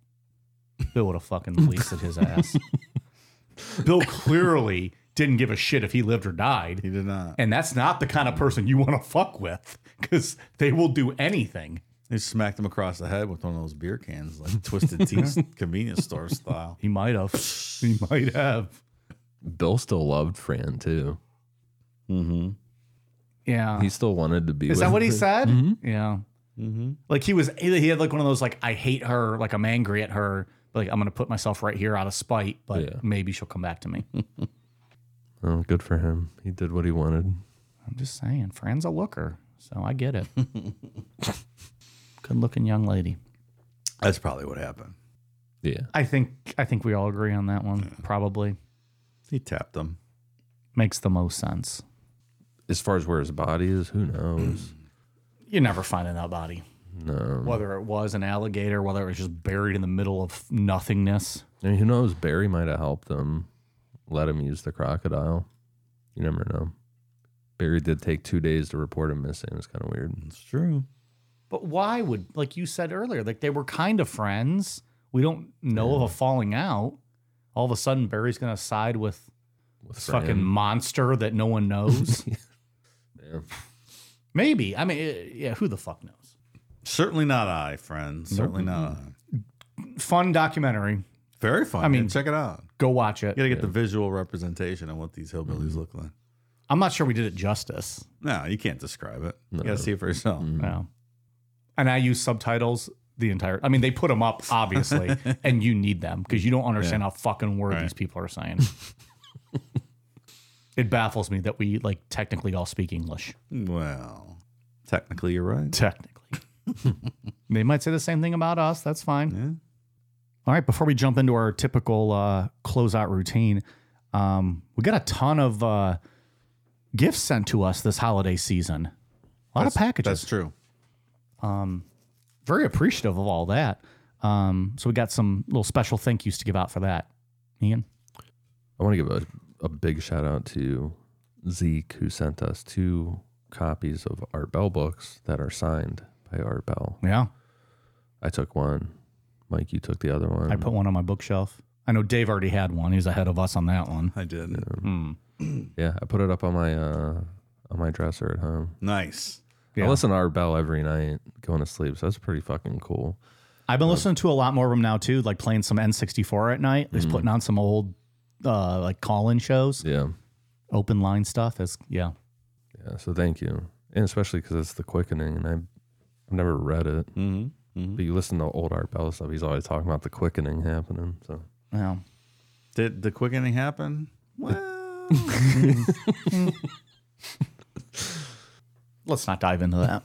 Bill would have fucking fleeced his ass. Bill clearly didn't give a shit if he lived or died.
he did not.
And that's not the kind of person you want to fuck with because they will do anything.
He smacked him across the head with one of those beer cans, like Twisted Tea convenience store style.
He might have. He might have.
Bill still loved Fran too.
Yeah.
He still wanted to be.
Is
with
that what he
her.
said? Yeah. Like he was, he had like one of those, like, I hate her, like I'm angry at her. Like I'm going to put myself right here out of spite, but
Yeah.
maybe she'll come back to me.
Oh, good for him. He did what he wanted.
I'm just saying, Fran's a looker. So I get it. Good looking young lady.
That's probably what happened.
Yeah.
I think, I think we all agree on that one. Probably
He tapped him.
makes the most sense.
As far as where his body is,
(clears throat)
who knows?
You're never finding that body.
no.
whether it was an alligator, whether it was just buried in the middle of nothingness.
I mean, who knows? Barry might have helped them, let him use the crocodile. You never know. Barry did take two days to report him missing. It's kind of weird.
It's true.
But why would, like you said earlier, like they were kind of friends. We don't know of a falling out. All of a sudden, Barry's going to side with
With
this
Fran.
fucking monster that no one (laughs) knows. Maybe. I mean, eh, yeah, who the fuck knows?
Certainly not I, friends. Certainly not I.
Fun documentary.
Very fun. I
mean-
mean, check it out.
Go watch it.
You got to get the visual representation of what these hillbillies look like.
I'm not sure we did it justice.
No, you can't describe it. You got to see it for yourself.
No. And I use subtitles the entire I mean they put them up
(laughs)
obviously and you need them because you don't understand how fucking word these people are saying.
(laughs)
it baffles me that we like technically all speak English.
Well, Mm-hmm. Technically, you're right.
Technically. (laughs) they might say the same thing about us. That's fine. All right. Before we jump into our typical uh, closeout routine, um, we got a ton of uh, gifts sent to us this holiday season. A lot of packages.
That's true.
Very appreciative of all that. Um, so we got some little special thank yous to give out for that. Ian?
I want to give a, a big shout out to Zeke, who sent us two copies of Art Bell books that are signed by Art Bell.
Yeah.
I took one. Mike, you took the other one.
I put one on my bookshelf. I know Dave already had one. He's ahead of us on that one.
I did.
yeah, I put it up on my uh, on my dresser at home.
Nice.
Yeah.
I listen to Art Bell every night going to sleep, so that's pretty fucking cool.
I've been listening to a lot more of them now too, like playing some N64 at night. He's putting on some old uh like call-in shows,
Yeah,
open line stuff. That's yeah.
yeah. So thank you, and especially because it's the quickening, and I've I've never read it,
Mm-hmm.
but you listen to old Art Bell stuff. He's always talking about the quickening happening. So
Yeah.
Did the quickening (laughs) happen? Well,
Let's not dive into that.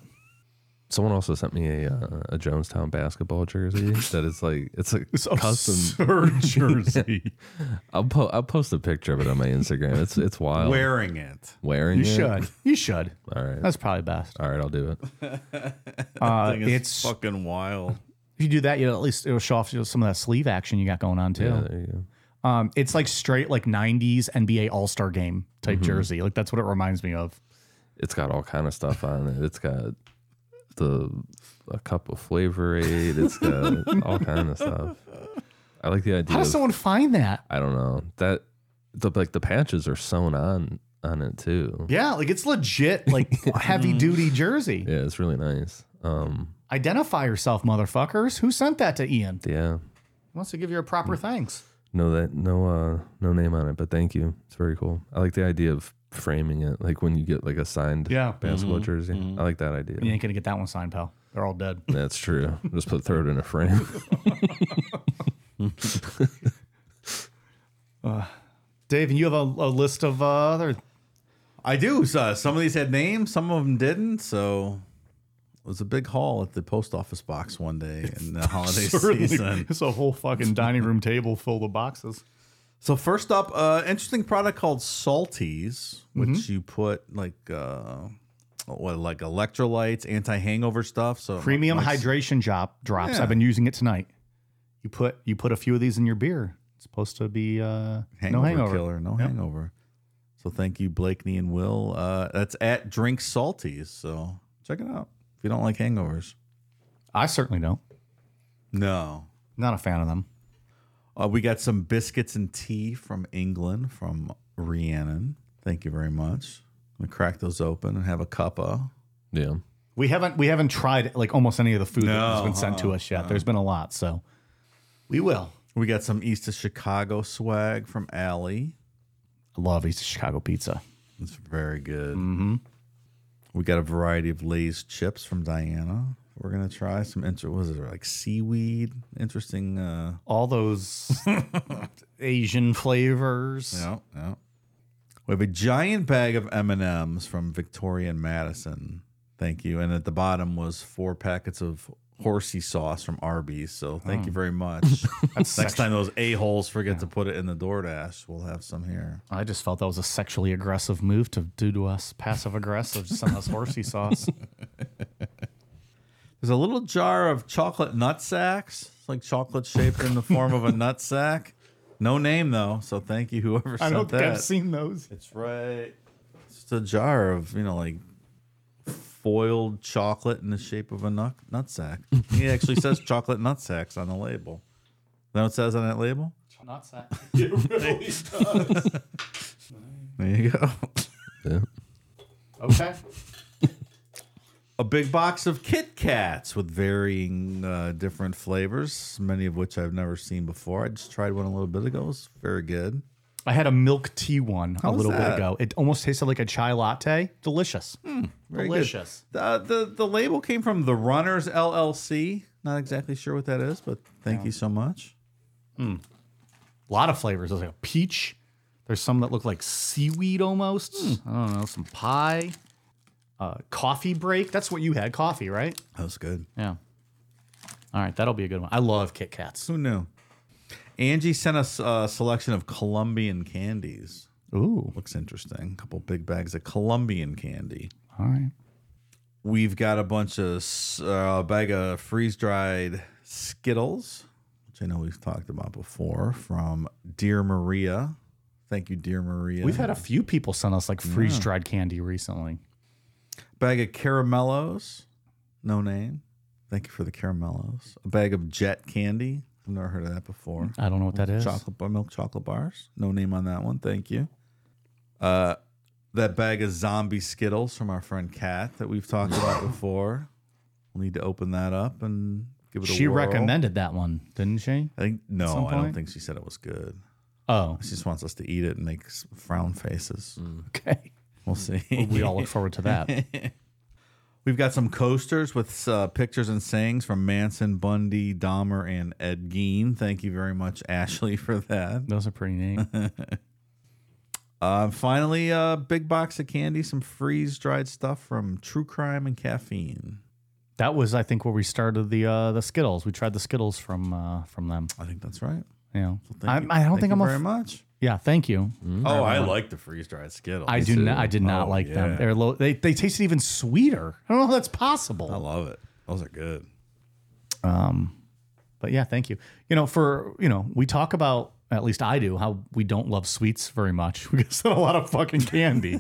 Someone also sent me a uh, a Jonestown basketball jersey that is like it's a
(laughs)
custom.
Mm.
absurd jersey.
(laughs) I'll, po- I'll post a picture of it on my Instagram. It's it's wild.
wearing it.
wearing
You
it.
should. (laughs) You should.
All right,
That's probably best.
all right. I'll do it.
Uh,
Thing is
it's
fucking wild.
if you do that, you will at least it'll show off some of that sleeve action you got going on too.
Yeah, there you go.
Um, it's like straight like '90s NBA All Star Game type jersey. Like that's what Mm-hmm. it reminds me of.
it's got all kind of stuff on it. It's got the a cup of flavor aid. It's got all kind of stuff. I like the idea.
How does
of-
someone find that?
I don't know that the like the patches are sewn on on it too.
Yeah, like it's legit, (laughs) like heavy duty jersey.
Yeah, it's really nice. Um,
Identify yourself, motherfuckers. Who sent that to Ian?
yeah,
He wants to give you a proper thanks.
no that no uh no name on it, but thank you. It's very cool. I like the idea of framing it like when you get like a signed
Yeah. Mm-hmm.
basketball jersey. I like that idea.
You ain't gonna get that one signed, pal. They're all dead.
That's true. Just put throw it in a frame.
(laughs)
(laughs)
Dave, and you have a, a list of uh, other.
I do. So some of these had names, some of them didn't. So it was a big haul at the post office box one day in the
(laughs)
holiday season.
It's a whole fucking dining room table full of boxes.
So first up, uh, interesting product called Salties, which
Mm-hmm.
you put like uh, what like electrolytes, anti hangover stuff. So
Premium hydration drop drops.
Yeah.
I've been using it tonight. You put you put a few of these in your beer. It's supposed to be uh,
hangover,
no hangover.
killer, no hangover. So thank you, Blakeney and Will. Uh, that's at Drink Salties. So check it out if you don't like hangovers.
I certainly don't.
No,
Not a fan of them.
Uh, we got some biscuits and tea from England from Rhiannon. Thank you very much. I'm gonna crack those open and have a cuppa.
yeah.
We haven't we haven't tried like almost any of the food that's
No,
been sent to us yet. There's been a lot, so we will.
We got some East of Chicago swag from Allie.
I love East Chicago pizza.
It's very good. Mm-hmm. We got a variety of Lay's chips from Diana. We're gonna try some inter. Was it like seaweed? Interesting. Uh,
all those (laughs) Asian flavors.
yeah, yeah. We have a giant bag of M and M's from Victoria and Madison. Thank you. And at the bottom was four packets of horsey sauce from Arby's. So thank you very (laughs) much. Next time those a holes forget to put it in the DoorDash, we'll have some here.
I just felt that was a sexually aggressive move to do to us, passive aggressive, just send us (laughs) horsey sauce.
There's a little jar of chocolate nut sacks. It's like chocolate shaped in the form of
(laughs)
a nut sack. No name though, so thank you whoever
I
sent
don't think
that.
I've seen those.
it's right. It's just a jar of you know like foiled chocolate in the shape of a nut nut sack. It
(laughs)
actually says chocolate nut sacks on the label. You know what it says on that label?
Not that.
There you go. (laughs)
Yeah.
Okay.
a big box of Kit Kats with varying uh, different flavors, many of which I've never seen before. I just tried one a little bit ago. It was very good.
I had a milk tea one a
was
little bit
that?
ago. It almost tasted like a chai latte. Delicious.
Very
Delicious.
Good. Uh, the the label came from the Runners LLC. Not exactly sure what that is, but thank you so much.
A lot of flavors. There's like a Hmm. peach. There's some that look like seaweed almost. I don't know, some pie. uh, coffee break. That's what you had, coffee, right?
That was good.
Yeah. All right, that'll be a good one. I love Kit Kats.
Who knew? Angie sent us a selection of Colombian candies.
Ooh.
Looks interesting. A couple big bags of Colombian candy.
All right.
We've got a bunch of s- uh, bag of freeze dried Skittles, which I know we've talked about before from Dear Maria. Thank you, Dear Maria.
We've had a few people send us like freeze dried candy recently.
bag of caramellos, no name. Thank you for the caramellos. A bag of jet candy. I've never heard of that before.
I don't know what that is.
Chocolate bar, milk chocolate bars. No name on that one. Thank you. Uh, that bag of zombie Skittles from our friend Kat that we've talked
(gasps)
about before. We'll need to open that up and give it a
She
whirl.
recommended that one, didn't she?
I think
some
no, I don't
point?
think she said it was good.
Oh,
She just wants us to eat it and make s- frown faces.
(laughs) okay.
We'll see.
Mm. We
(laughs)
all look forward to (laughs) that.
We've got some coasters with uh, pictures and sayings from Manson, Bundy, Dahmer, and Ed Gein. Thank you very much, (laughs) Ashley, for that.
Those are pretty neat.
Uh, finally, a big box of candy, some freeze dried stuff from True Crime and Caffeine.
That was, I think, where we started the uh, the Skittles. We tried the Skittles from uh, from them.
I think that's right.
You know,
Thank
I,
you.
I don't
Thank
think
you
I'm a.
very
f-
much.
yeah, thank you.
Oh, I like the freeze dried Skittles.
I do. Not, I did not
Oh,
like them.
yeah.
They're low. They they tasted even sweeter. I don't know how that's possible.
I love it. Those are good.
But yeah, thank you. You know, for you know, we talk about at least I do how we don't love sweets very much. (laughs) We get sent a lot of fucking
(laughs)
candy.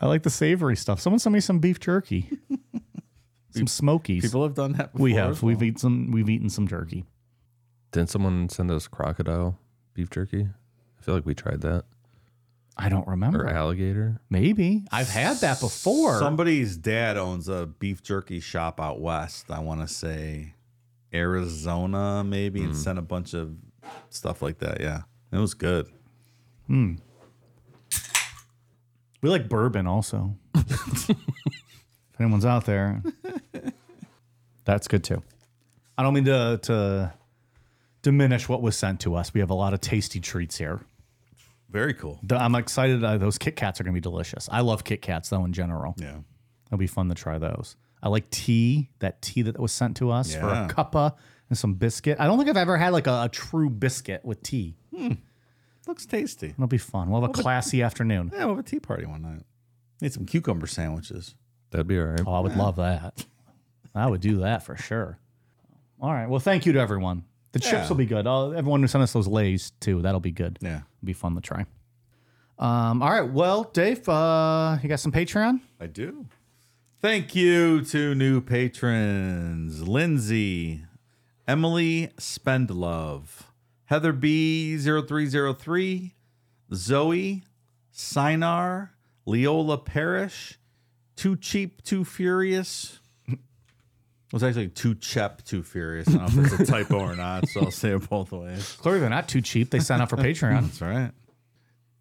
I like the savory stuff. Someone sent me some beef
(laughs)
jerky, some smokies.
People have done that before.
we
as
have
well.
we've eaten some we've eaten some jerky.
Didn't someone send us crocodile beef jerky? I feel like we tried that.
I don't remember.
Or alligator.
Maybe I've had that before.
Somebody's dad owns a beef jerky shop out west. I want to say Arizona, maybe, and sent a bunch of stuff like that. Yeah, it was good.
we like bourbon also. if anyone's out there, that's good too. I don't mean to to diminish what was sent to us. We have a lot of tasty treats here.
Very cool.
The- I'm excited. Uh, those Kit Kats are going to be delicious. I love Kit Kats though in general.
Yeah,
It'll be fun to try those. I like tea. That tea that was sent to us for
Yeah.
a cuppa and some biscuit. I don't think I've ever had like a, a true biscuit with tea.
looks tasty.
It'll be fun. We'll have a classy afternoon.
Yeah, we'll have a tea party one night. Need some cucumber sandwiches.
That'd be all right.
Oh, I would love that. I would do that for sure. All right. Well, thank you to everyone. The
Yeah.
chips will be good. Oh, everyone who sent us those lays too. That'll be good.
Yeah,
It'll be fun to try. Um, all right. Well, Dave, uh, you got some Patreon?
I do. Thank you to new patrons Lindsay, Emily Spendlove, Heather B0303, Zoe, Sinar, Leola Parrish, Too Cheap, Too Furious. It was actually Too Chep, Too Furious. I don't know if it's a typo or not, so I'll say it both ways.
Clearly, they're not too cheap. They sign up for
(laughs)
Patreon.
That's right.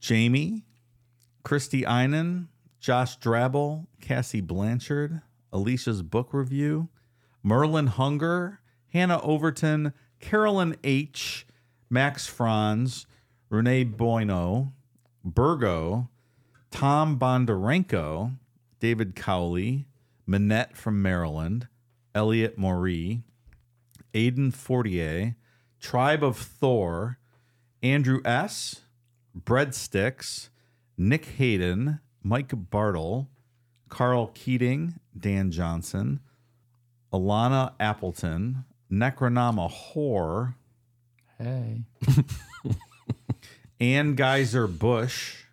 Jamie, Christy Einen, Josh Drabble, Cassie Blanchard, Alicia's book review, Merlin Hunger, Hannah Overton, Carolyn H, Max Franz, Renee Boino, Burgo, Tom Bondarenko, David Cowley, Minette from Maryland, Elliot Moree, Aiden Fortier, Tribe of Thor, Andrew S., Breadsticks, Nick Hayden, Mike Bartle, Carl Keating, Dan Johnson, Alana Appleton, Necronama Whore,
hey.
(laughs) Ann Geyser Bush,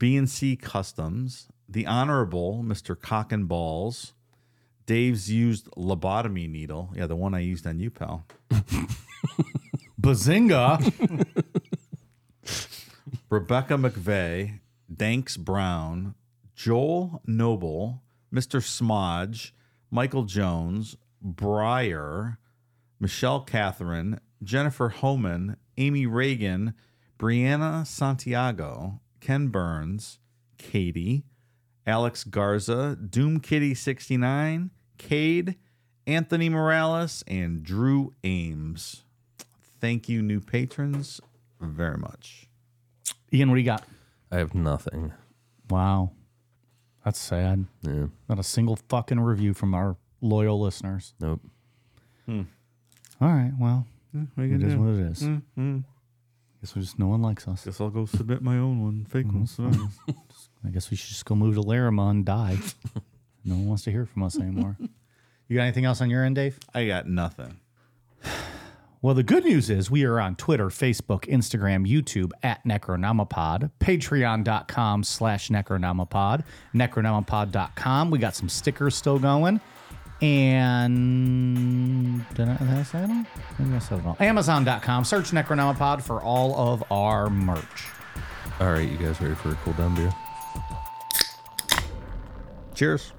BNC Customs, The Honorable Mr. Cock and Balls, Dave's used lobotomy needle. Yeah, the one I used on you, pal.
Bazinga.
Rebecca McVeigh, Danks Brown, Joel Noble, Mr. Smodge, Michael Jones, Breyer, Michelle Catherine, Jennifer Homan, Amy Reagan, Brianna Santiago, Ken Burns, Katie, Alex Garza, Doom Kitty 69, Cade, Anthony Morales, and Drew Ames. Thank you, new patrons, very much.
Ian, what do you got?
I have nothing.
Wow. That's sad.
Yeah.
Not a single fucking review from our loyal listeners.
Nope.
All right, well,
What are you
it
gonna
is
do? Mm-hmm.
what it is. Guess we just no one likes us.
Guess I'll go submit my own one, fake one. so-
I guess we should just go move to Laramie and (laughs) die. no one wants to hear from us anymore. (laughs) you got anything else on your end, Dave?
I got nothing.
Well, the good news is we are on Twitter, Facebook, Instagram, YouTube at Necronomipod, patreon.com slash Necronomipod, necronomipod.com. We got some stickers still going. And did I, did I say them? Maybe I said it all. Amazon.com. Search Necronomipod for all of our merch.
All right, you guys ready for a cool down beer?
Cheers.